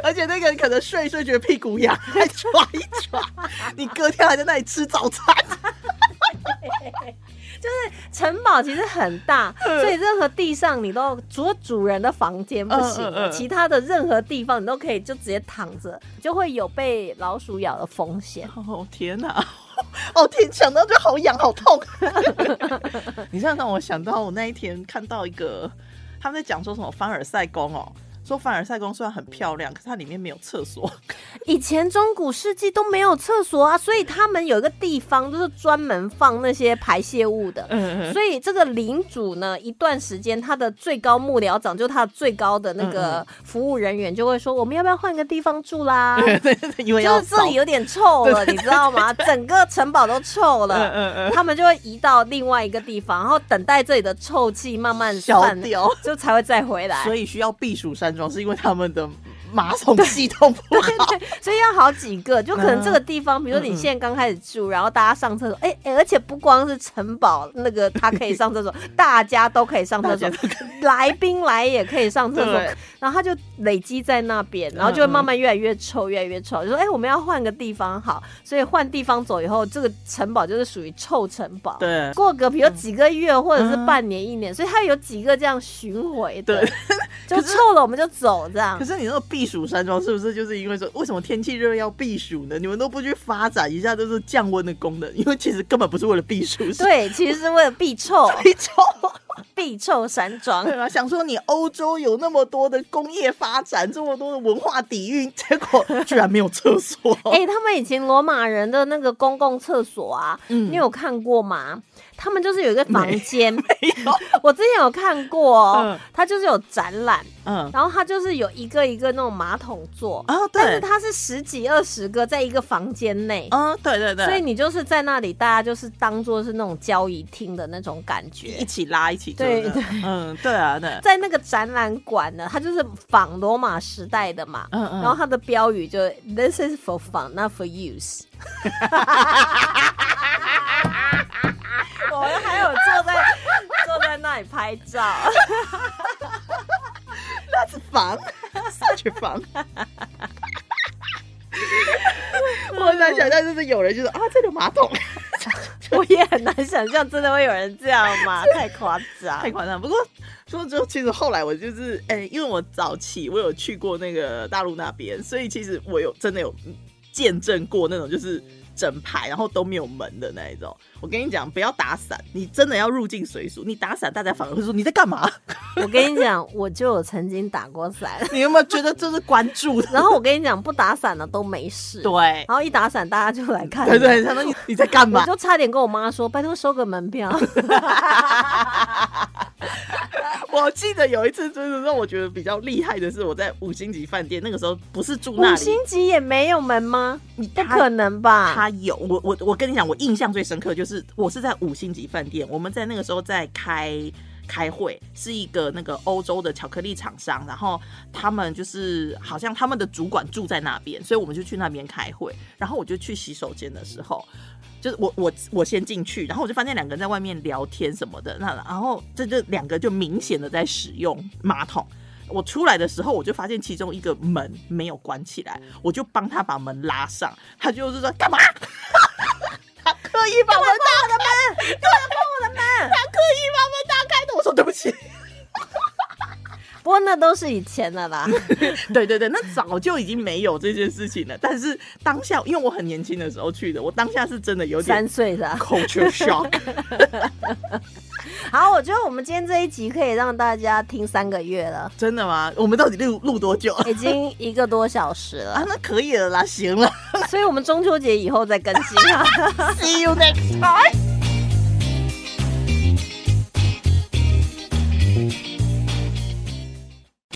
S2: 而且那个人可能睡一睡觉得屁股痒， 还抓一抓，你隔天还在那里吃早餐。
S1: 城堡其实很 大，
S2: 嗯
S1: 所以任何地上你都除了主人的房间不行，
S2: 嗯嗯嗯
S1: 其他的任何地方你都可以就直接躺着，就会有被老鼠咬的风险。
S2: 哦天哪！哦天，想到就好痒好痛。 你这样让我想到，我那一天看到一个他们在讲说什么凡尔赛宫哦，说凡尔赛宫虽然很漂亮，可是它里面没有厕所。
S1: 以前中古世纪都没有厕所啊，所以他们有一个地方就是专门放那些排泄物的。
S2: 嗯
S1: 所以这个领主呢，一段时间他的最高幕僚长，就他的最高的那
S2: 嗯
S1: 个服务人员，就会说：“我们要不要换个地方住啦？”
S2: 因为
S1: 就
S2: 要
S1: 是这里有点臭 了，你知道吗？整个城堡都臭
S2: 嗯
S1: 了，
S2: 嗯 嗯，
S1: 他们就会移到另外一个地方，然后等待这里的臭气慢慢
S2: 消
S1: 散，
S2: 掉。
S1: 就才会再回来。
S2: 所以需要避暑山庄，是因为他们的马桶系统不好。
S1: 所以要好几个，就可
S2: 嗯
S1: 能这个地方，比如说你现在刚开始住，然后大家上厕所，哎、哎而且不光是城堡那个他可以上 厕所，大家都可以上厕所
S2: 大家都，
S1: 来宾来也可以上厕所
S2: 对，嗯
S1: 然后他就累积在那边，然后就会慢慢越来越臭，越来越臭。就说哎、我们要换个地方好，所以换地方走以后，这个城堡就是属于臭城堡。
S2: 对，
S1: 过个比如几个月或者是
S2: 嗯
S1: 半年一年，所以它有几个这样巡回的
S2: 对，
S1: 就臭了我们就走这样
S2: 可。是你那个避暑山庄是不是就是因为说，为什么天气热要避暑呢？你们都不去发展一下就是降温的功能，因为其实根本不是为了避暑，是
S1: 对，其实是为了避臭。
S2: 非洲。
S1: 必臭山庄
S2: 对。啊，想说你欧洲有那么多的工业发展，这么多的文化底蕴，结果居然没有厕 所。
S1: 哎、他们以前罗马人的那个公共厕所啊，
S2: 嗯
S1: 你有看过吗？他们就是有一个房 间，
S2: 有，
S1: 我之前有看过哦
S2: 嗯，
S1: 它就是有展览，
S2: 嗯
S1: 然后它就是有一个一个那种马桶座，
S2: 啊，
S1: 但是
S2: 对，
S1: 它是十几二十个在一个房间内。
S2: 嗯，对对对，
S1: 所以你就是在那里，大家就是当做是那种交易厅的那种感
S2: 一
S1: 觉。
S2: 起拉一起做
S1: 对
S2: 的
S1: 对
S2: 嗯，对啊，对，
S1: 在那个展览馆呢，它就是仿罗马时代的嘛，
S2: 嗯嗯
S1: 然后它的标语就是 “This is for fun, not for use”。我们还有坐在坐在那里拍 照，
S2: 房，such 房。我很难想象，就是有人就说啊，这有马桶，
S1: 我也很难想象真的会有人这样 吗？太夸张
S2: 太！夸张。不过说就其实后来我就是，哎、因为我早期我有去过那个大陆那边，所以其实我有真的有见证过那种就是整排然后都没有门的那一种。我跟你讲，不要打伞，你真的要入境随俗。你打伞，大家反而会说你在干嘛？
S1: 我跟你讲，我就有曾经打过伞，
S2: 你有没有觉得这是关注的？
S1: 然后我跟你讲，不打伞的都没事，
S2: 对。
S1: 然后一打伞大家就来看，
S2: 对对，他 说你你在干嘛
S1: 我？就差点跟我妈说，拜托收个门 票。
S2: 我记得有一次，就是让我觉得比较厉害的是，我在五星级饭店，那个时候不是住那
S1: 五
S2: 里，
S1: 星级也没有门吗？
S2: 你
S1: 不可能吧？
S2: 他有我我我跟你讲，我印象最深刻就是我是在五星级饭店，我们在那个时候在开开会，是一个那个欧洲的巧克力厂商，然后他们就是好像他们的主管住在那边，所以我们就去那边开会，然后我就去洗手间的时候。就是我我我先进去，然后我就发现两个人在外面聊天什么的，那然后这就两个就明显的在使用马桶。我出来的时候，我就发现其中一个门没有关起来，我就帮他把门拉上，他就是说干嘛？ 他刻意把门打开，
S1: 门
S2: 他刻意把门打开的。我说对不起，
S1: 不过那都是以前的啦。
S2: 对对对，那早就已经没有这件事情了。但是当下，因为我很年轻的时候去的，我当下是真的有
S1: 三
S2: 点
S1: 岁的啊，
S2: culture shock。
S1: 好，我觉得我们今天这一集可以让大家听三个月了，
S2: 真的吗？我们到底录录多久啊？
S1: 已经一个多小时了，
S2: 那可以了啦，行了
S1: 所以我们中秋节以后再更新啊。
S2: ，See you next time。